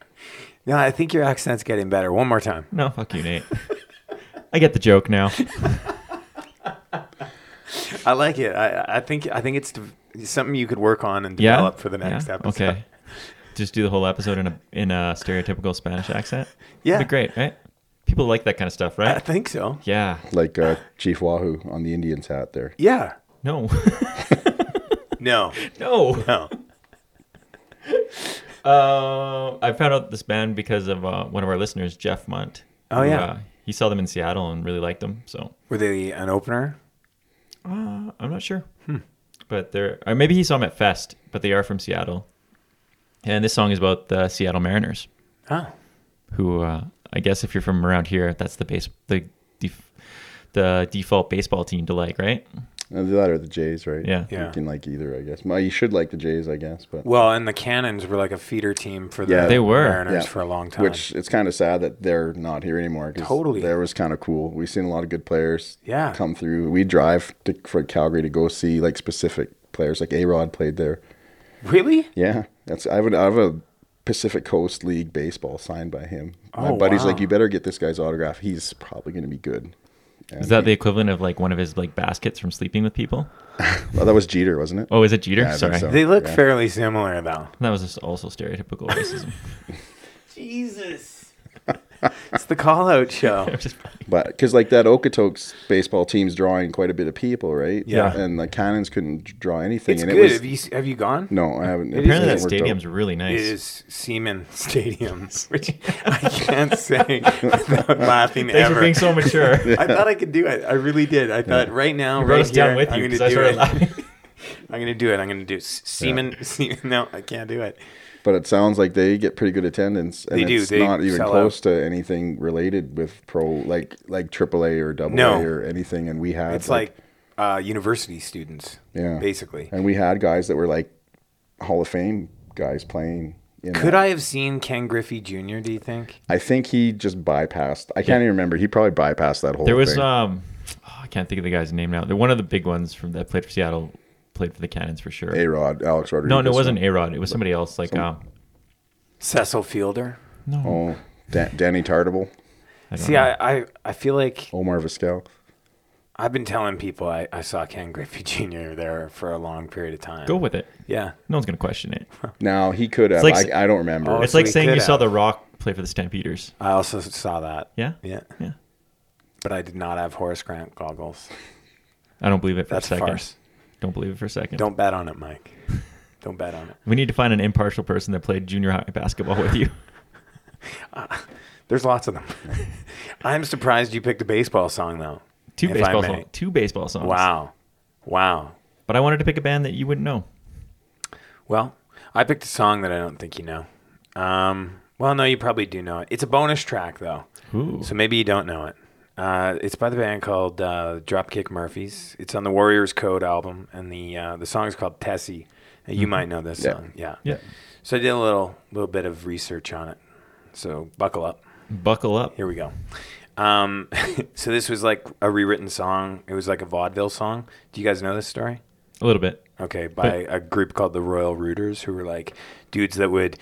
J: No, I think your accent's getting better. One more time.
K: No, fuck you, Nate. I get the
J: *laughs*
K: joke now.
J: I like it. I, I think I think it's de- something you could work on and
K: yeah.
J: develop for the next
K: Yeah?
J: episode.
K: Okay. Just do the whole episode in a in a stereotypical Spanish accent.
J: Yeah.
K: That'd be great, right? People like that kind of stuff, right? I
J: think so.
K: Yeah.
L: Like uh, Chief Wahoo on the Indians hat there.
J: Yeah.
K: No. *laughs*
J: no.
K: No.
J: No.
K: Uh, I found out this band because of uh, one of our listeners, Jeff Munt.
J: Oh, yeah.
K: uh, he saw them in Seattle and really liked them. So
J: Were they an opener?
K: Uh, I'm not sure.
J: Hmm.
K: But they're or maybe he saw them at Fest, but they are from Seattle. And this song is about the Seattle Mariners.
J: Oh.
K: Who uh, I guess if you're from around here, that's the base the def, the default baseball team to like, right?
L: Uh, That or the Jays, right?
K: Yeah.
J: Yeah.
L: You can like either, I guess. Well, you should like the Jays, I guess. But
J: Well, and the Cannons were like a feeder team for the Mariners
L: Yeah.
J: for a long time.
L: Which it's kind of sad that they're not here anymore. totally, there was kind of cool. We've seen a lot of good players.
J: Yeah.
L: come through. We drive to, for Calgary to go see like specific players. Like A Rod played there.
J: Really?
L: Yeah, that's I have, a, I have a Pacific Coast League baseball signed by him. My
K: Oh,
L: buddy's
K: wow.
L: like, you better get this guy's autograph. He's probably going to be good.
K: Is that the equivalent of like one of his like baskets from sleeping with people?
L: well, that was Jeter, wasn't it?
K: Oh, is it Jeter?
L: Yeah, I think
K: Sorry.
L: so.
J: They look
L: Yeah.
J: fairly similar though.
K: *laughs* That was just
J: *laughs*
K: also stereotypical racism.
J: Jesus. it's the call out
L: *laughs*
J: show.
L: But because like that Okotoks baseball team's drawing quite a bit of people, right?
J: Yeah.
L: And the Cannons couldn't draw anything.
J: It's
L: and
J: good.
L: It was,
J: have you s- have you gone?
L: No, I haven't. It
K: Apparently that
L: hasn't worked out.
K: stadium's really nice.
J: It is Seaman *laughs* Stadium, which I can't say
L: *laughs*
J: without laughing
K: Thanks for
J: ever.
K: being so mature.
J: *laughs*
K: *laughs*
J: I thought I could do it. I really did. I thought right now,
K: You brought
J: right
K: us down
J: here,
K: with
J: I'm
K: you
J: going to
K: 'cause I
J: do
K: started
J: it. I'm going to do it. I'm going to do it. S- *laughs* Seaman. Seaman. No, I can't do it.
L: But it sounds like they get pretty good attendance, and
J: They do.
L: it's
J: They
L: not even
J: sell
L: close to anything related with pro, like like AAA or AA
J: No.
L: or anything. And we had
J: It's like, uh, university students.
L: Yeah.
J: Basically.
L: And we had guys that were like Hall of Fame guys playing. In
J: Could
L: that.
J: I have seen Ken Griffey Jr., do you think?
L: I think he just bypassed. I can't even remember. He probably bypassed that whole
K: There was
L: thing.
K: um, oh, I can't think of the guy's name now. The one of the big ones from that played for Seattle, played for the Cannons for sure.
L: A Rod, Alex Rodriguez.
K: No, no, it wasn't A Rod. It was somebody else. Like
L: Some-
K: um,
J: Cecil Fielder.
L: Oh, Dan- Danny Tartable,
J: See, I, I, I feel like
L: Omar Vizquel.
J: I've been telling people I, I saw Ken Griffey *laughs* Jr. there for a long period of time.
K: go with it.
J: Yeah.
K: no one's gonna question it.
L: No, he could
K: It's
L: have.
K: like- Oh.
L: I, I don't remember.
K: it's like saying you saw The Rock play for the Stampeders.
J: I also saw that.
K: Yeah,
J: Yeah.
K: yeah.
J: but I did not have Horace Grant goggles.
K: I don't believe it for
J: That's
K: a
J: a
K: second.
J: farce.
K: Don't believe it for a second.
J: Don't bet on it, Mike. Don't bet on it.
K: We need to find an impartial person that played junior high basketball with
J: *laughs*
K: you.
J: There's lots of them. *laughs* I'm surprised you picked a baseball song though.
K: Two
J: if I
K: baseball
J: may.
K: songs. Two baseball songs.
J: Wow. Wow.
K: But I wanted to pick a band that you wouldn't know.
J: Well, I picked a song that I don't think you know. Um, well, no, you probably do know it. It's a bonus track, though.
K: Ooh.
J: So maybe you don't know it. Uh, it's by the band called uh, Dropkick Murphys. It's on the Warriors Code album, and the uh, the song is called Tessie. Uh, You
K: Mhm.
J: might know this
K: Yeah.
J: song. Yeah.
K: Yeah.
J: So I did a little little bit of research on it. So buckle up.
K: Buckle up.
J: Here we go. Um, *laughs* so this was like a rewritten song. It was like a vaudeville song. Do you guys know this story?
K: A little bit.
J: Okay, by a group called the Royal Rooters, who were like dudes that would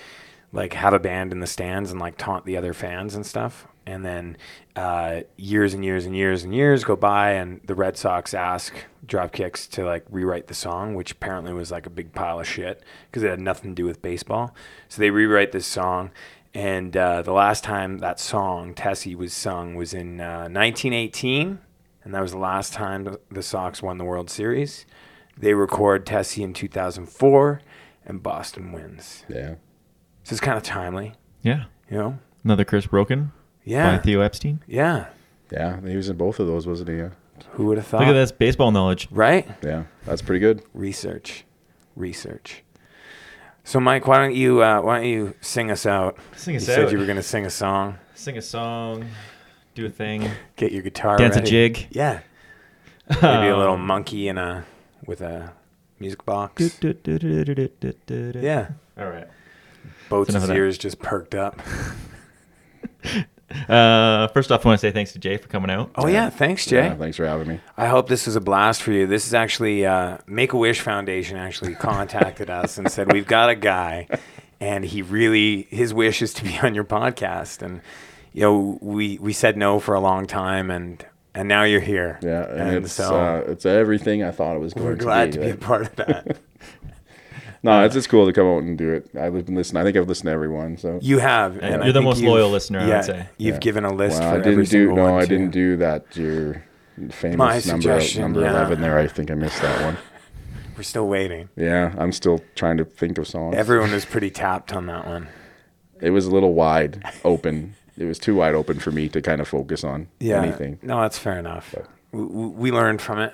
J: like have a band in the stands and like taunt the other fans and stuff. And then uh, years and years and years and years go by, and the Red Sox ask Dropkicks to like rewrite the song, which apparently was like a big pile of shit because it had nothing to do with baseball. So they rewrite this song, and uh, the last time that song Tessie was sung was in uh, 1918, and that was the last time th- the Sox won the World Series. They record Tessie in 2004, and Boston wins.
L: Yeah.
J: So it's kind of timely.
K: Yeah.
J: You know?
K: Another Chris Broken.
J: Yeah.
K: By Theo Epstein.
J: Yeah.
L: Yeah, he was in both of those, wasn't he? Yeah.
J: Who would have thought?
K: Look at this baseball knowledge.
J: Right?
L: Yeah, that's pretty good.
J: Research. Research. So, Mike, why don't you uh, why don't you sing us out?
K: Sing us
J: you said
K: out.
J: you were going to sing a song.
K: Sing a song. Do a thing.
J: Get your guitar.
K: Dance a
J: ready.
K: jig.
J: Yeah. Maybe a little
K: Um,
J: monkey in a with a music box.
K: Yeah. *laughs*
J: Yeah.
K: All right.
J: Both
K: Enough of
J: his
K: that.
J: ears just perked
K: *laughs*
J: up.
K: Uh, first off, I want to say thanks to Jay for coming out.
J: Oh yeah, thanks, Jay.
L: thanks for having me.
J: I hope this was a blast for you. This is actually uh, Make a Wish Foundation actually contacted us and said we've got a guy, and he really his wish is to be on your podcast. And you know we we said no for a long time, and and now you're here.
L: Yeah, and,
J: and
L: it's
J: so
L: uh, it's everything I thought it was going
J: we're
L: to
J: glad
L: be.
J: to
L: uh,
J: be a
L: like-
J: part of
L: *laughs*
J: that.
L: no, it's just cool to come out and do it. I've been listening. I think I've listened to everyone. So
J: You have, and You're I the think most you've- loyal listener, I would
L: yeah,
J: say. you've
L: yeah.
J: given a list
L: Wow,
J: for
L: I didn't
J: every
L: do.
J: single
L: No,
J: one,
L: I
J: too.
L: didn't do that. Your
J: My
L: famous number
J: suggestion,
L: number
J: yeah.
L: eleven there. I think I missed that one.
J: we're still waiting.
L: Yeah, I'm still trying to think of songs.
J: Everyone was pretty tapped on that one.
L: It was a little wide open. It was too wide open for me to kind of focus on anything.
J: No, that's fair enough. We, we we learned from it,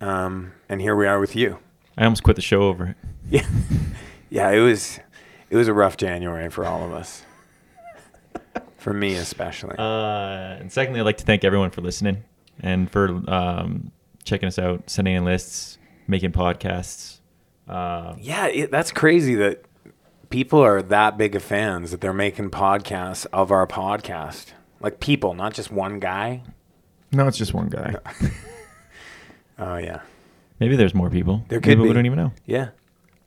J: um, and here we are with you.
K: I almost quit the show over it.
J: Yeah, *laughs* yeah. It was it was a rough January for all of us, for me especially.
K: Uh, and secondly, I'd like to thank everyone for listening and for um, checking us out, sending in lists, making podcasts. Uh,
J: yeah, it, that's crazy that people are that big of fans that they're making podcasts of our podcast. Like people, not just one guy.
K: No, it's just one guy.
J: Oh yeah.
K: Maybe there's more people.
J: There could
K: Maybe
J: be.
K: We don't even know.
J: Yeah.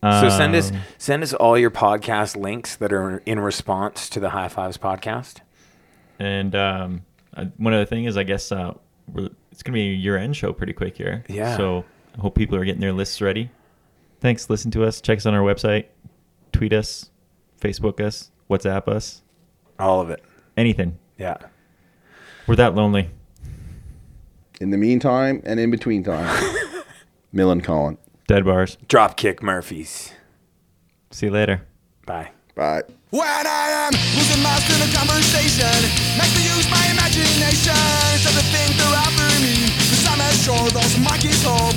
J: So send us
K: Um,
J: send us all your podcast links that are in response to the High Fives podcast.
K: And um, I, one other thing is, I guess uh, we're, it's going to be a year-end show pretty quick here.
J: Yeah.
K: So I hope people are getting their lists ready. Thanks. Listen to us. Check us on our website. Tweet us. Facebook us. WhatsApp us.
J: All of it.
K: Anything.
J: Yeah.
K: We're that lonely.
L: In the meantime and in
J: *laughs*
L: between time, Mill and Colin.
K: Dead bars.
J: Dropkick Murphys.
K: See you later.
J: Bye.
L: Bye.
R: When I am losing my in a conversation, makes me use my imagination. Everything they're after me, cause I'm as sure those monkeys hope.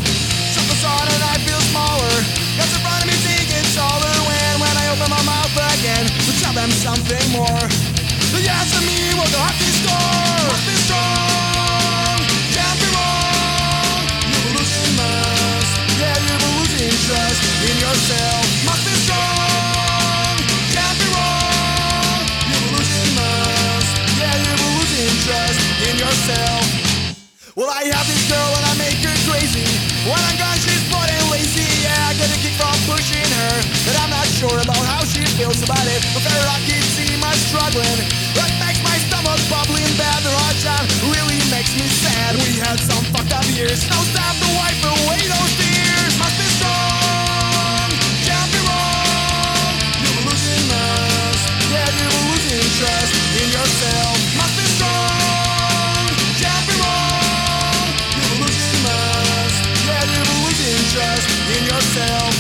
R: Shut the sun and I feel smaller. That's in front of me, see it's taller. When, when I open my mouth again, to tell them something more. They ask me what the heart is score. Must be strong, can't be wrong. You will lose interest, yeah, you will lose interest in yourself. Must be strong. Can't be wrong. You will lose interest. Yeah, you will lose interest in yourself. Well, I have this girl and I make her crazy. When I'm gone, she's bored and lazy. Yeah, I get a kick from pushing her. But I'm not sure about how she feels about it. The better I keep seeing my struggling. That makes my stomach bubbling bad. The hard time really makes me sad. We had some fucked up years. Now stop the wipe away those tears. oh, Must be strong. Can't be wrong. You will lose interest. Yeah, you will lose interest in yourself. Must be strong. Can't be wrong. yourself.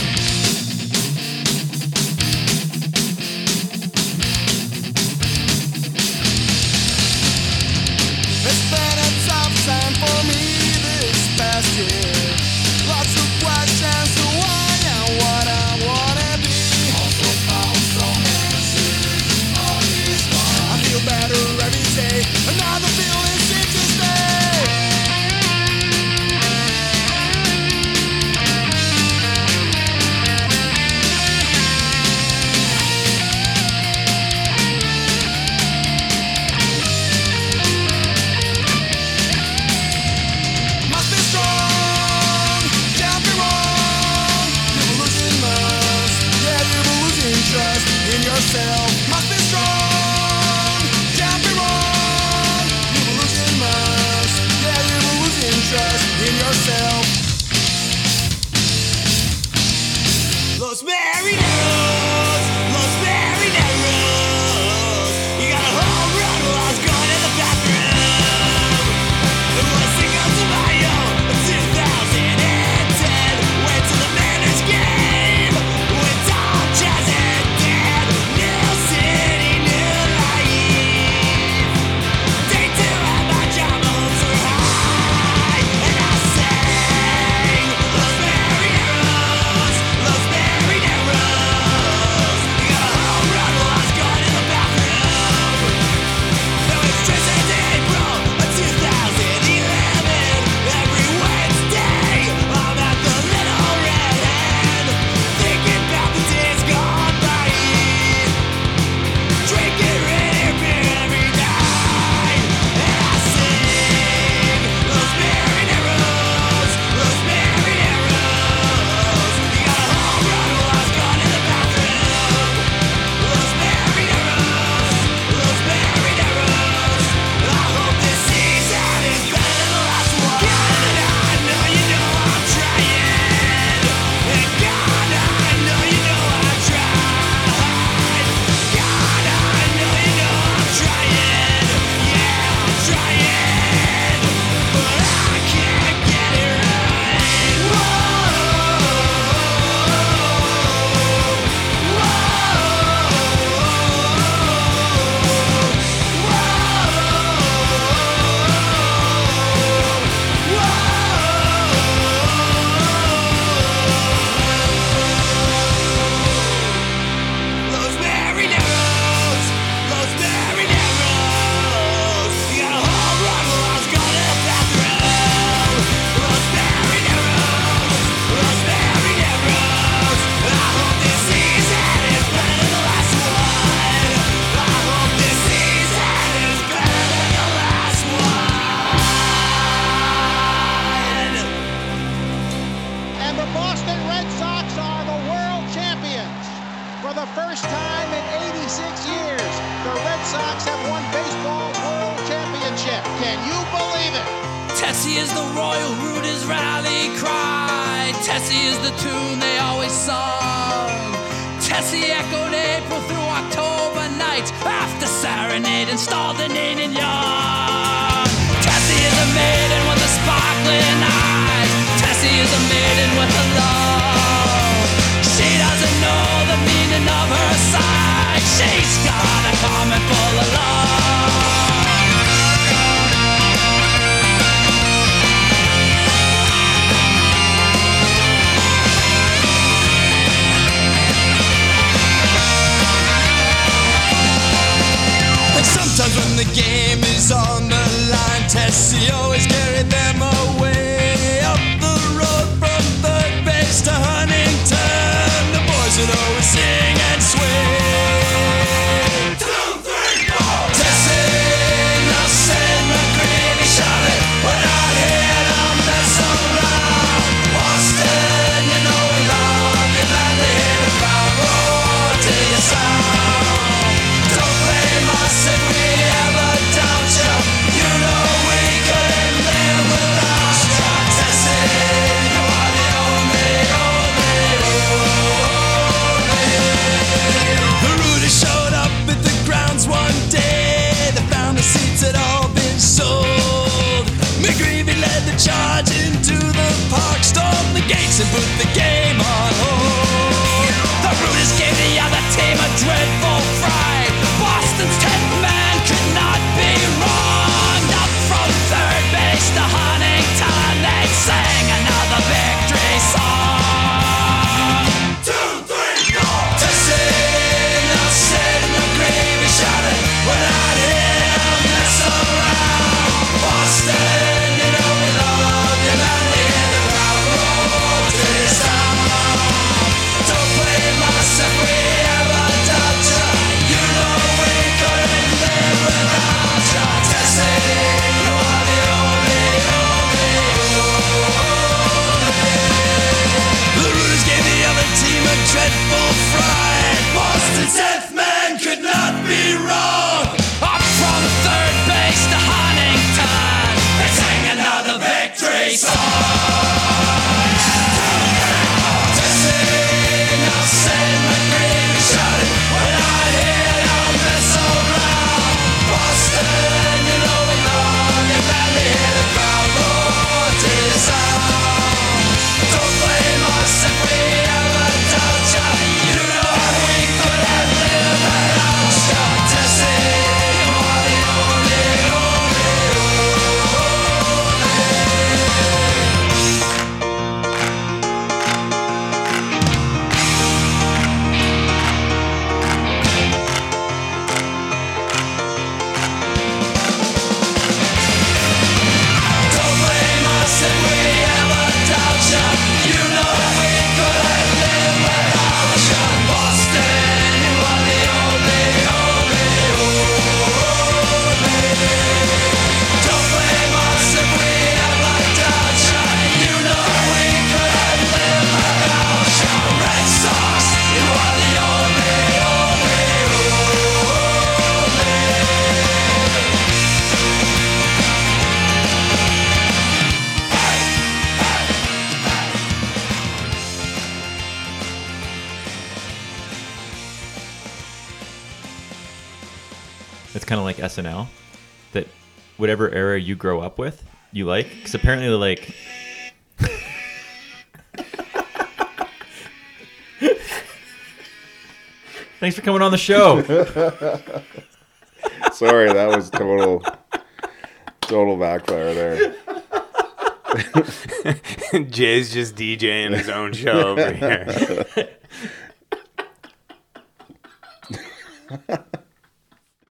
R: It's been a tough time for me this past year. Lots of questions to why and what I wanna be. Also found so many serious bodies gone. I feel better every day. Another feeling sick to stay. Must be strong, can't be wrong. You will lose interest, yeah, you will lose interest in yourself. Must be strong, can't be wrong. You will lose interest, yeah, you will lose interest in yourself. Los Marineros, Los Marineros. You got a home run while I was gone in the bathroom. It was Cinco de Mayo, 2010. Went to the Mariners game with Tom Jazz and Dan. New city, new life. Day two at my job, my hopes were high, and I sang Los Marineros, Los Marineros. You got a home run while I was gone in the bathroom. That was just in April of 2011. Every Wednesday, I'm at the Little Red Hen, thinking about the days gone by. Drinking rare beer every night, and I sing Los Marineros, Los Marineros. You got a home run while I was gone in the bathroom. Los Marineros, Los Marineros. I hope this season is better than the last one. God, I know you know I'm trying. And God, I know you know I tried. God, I know you know I'm trying. Yeah, I'm trying, but I can't get it right. Whoa. Los Marineros, Los Marineros. You got a home run while I was gone in the bathroom. Los Marineros, Los Marineros. I hope this season is better than the last one. I hope this season is better than the last one.
P: And the Boston Red Sox are the world champions. For the first time in 86 years, the Red Sox have won baseball world championship. Can you believe it?
A: Tessie is the royal rooters rally cry. Tessie is the tune they always sung. Tessie echoed April through October night after serenade and stalled the Nate and Young. Tessie is a maiden with the sparkling eyes. Tessie is a maiden with the love. She doesn't know the meaning of her sigh. She's got a comet full of love.
R: And sometimes when the game is on the line, Tessie always carried them away. Up the road from third base to Huntington, the boys would always sing and sway. Two, three, four. Tessie, Nelson, McGrady, Charlotte, when I hear them, that's alright. Boston, you know we love you, land to hear the crowd roar till you sound. Don't blame us if we ever doubt you. You know we couldn't live without you. Tessie, you are the only, only, only.
A: the game on hold. The Brutus gave the other team a dreadful fright. Boston's 10th man could not be wronged. Up from third base to Huntington, they sang another victory song. Two, three, go! To sing, I said in the gravy shouted, without him, mess around. Boston, you know we love you, man, we in the crowd roll to the sound. Don't blame us if we ever doubt ya. You know we couldn't live without ya. Tessie, you are the only, only, only. The Rooters gave the other team a dreadful fright. Boston's tenth man could not be wrong. Up from third base to Huntington, they sang another victory song.
K: It's kind of like SNL, that whatever era you grow up with, you like. Because apparently, like, *laughs* thanks for coming on the show.
L: Sorry, that was total, total backfire there.
J: *laughs* Jay's just DJing his own show over here.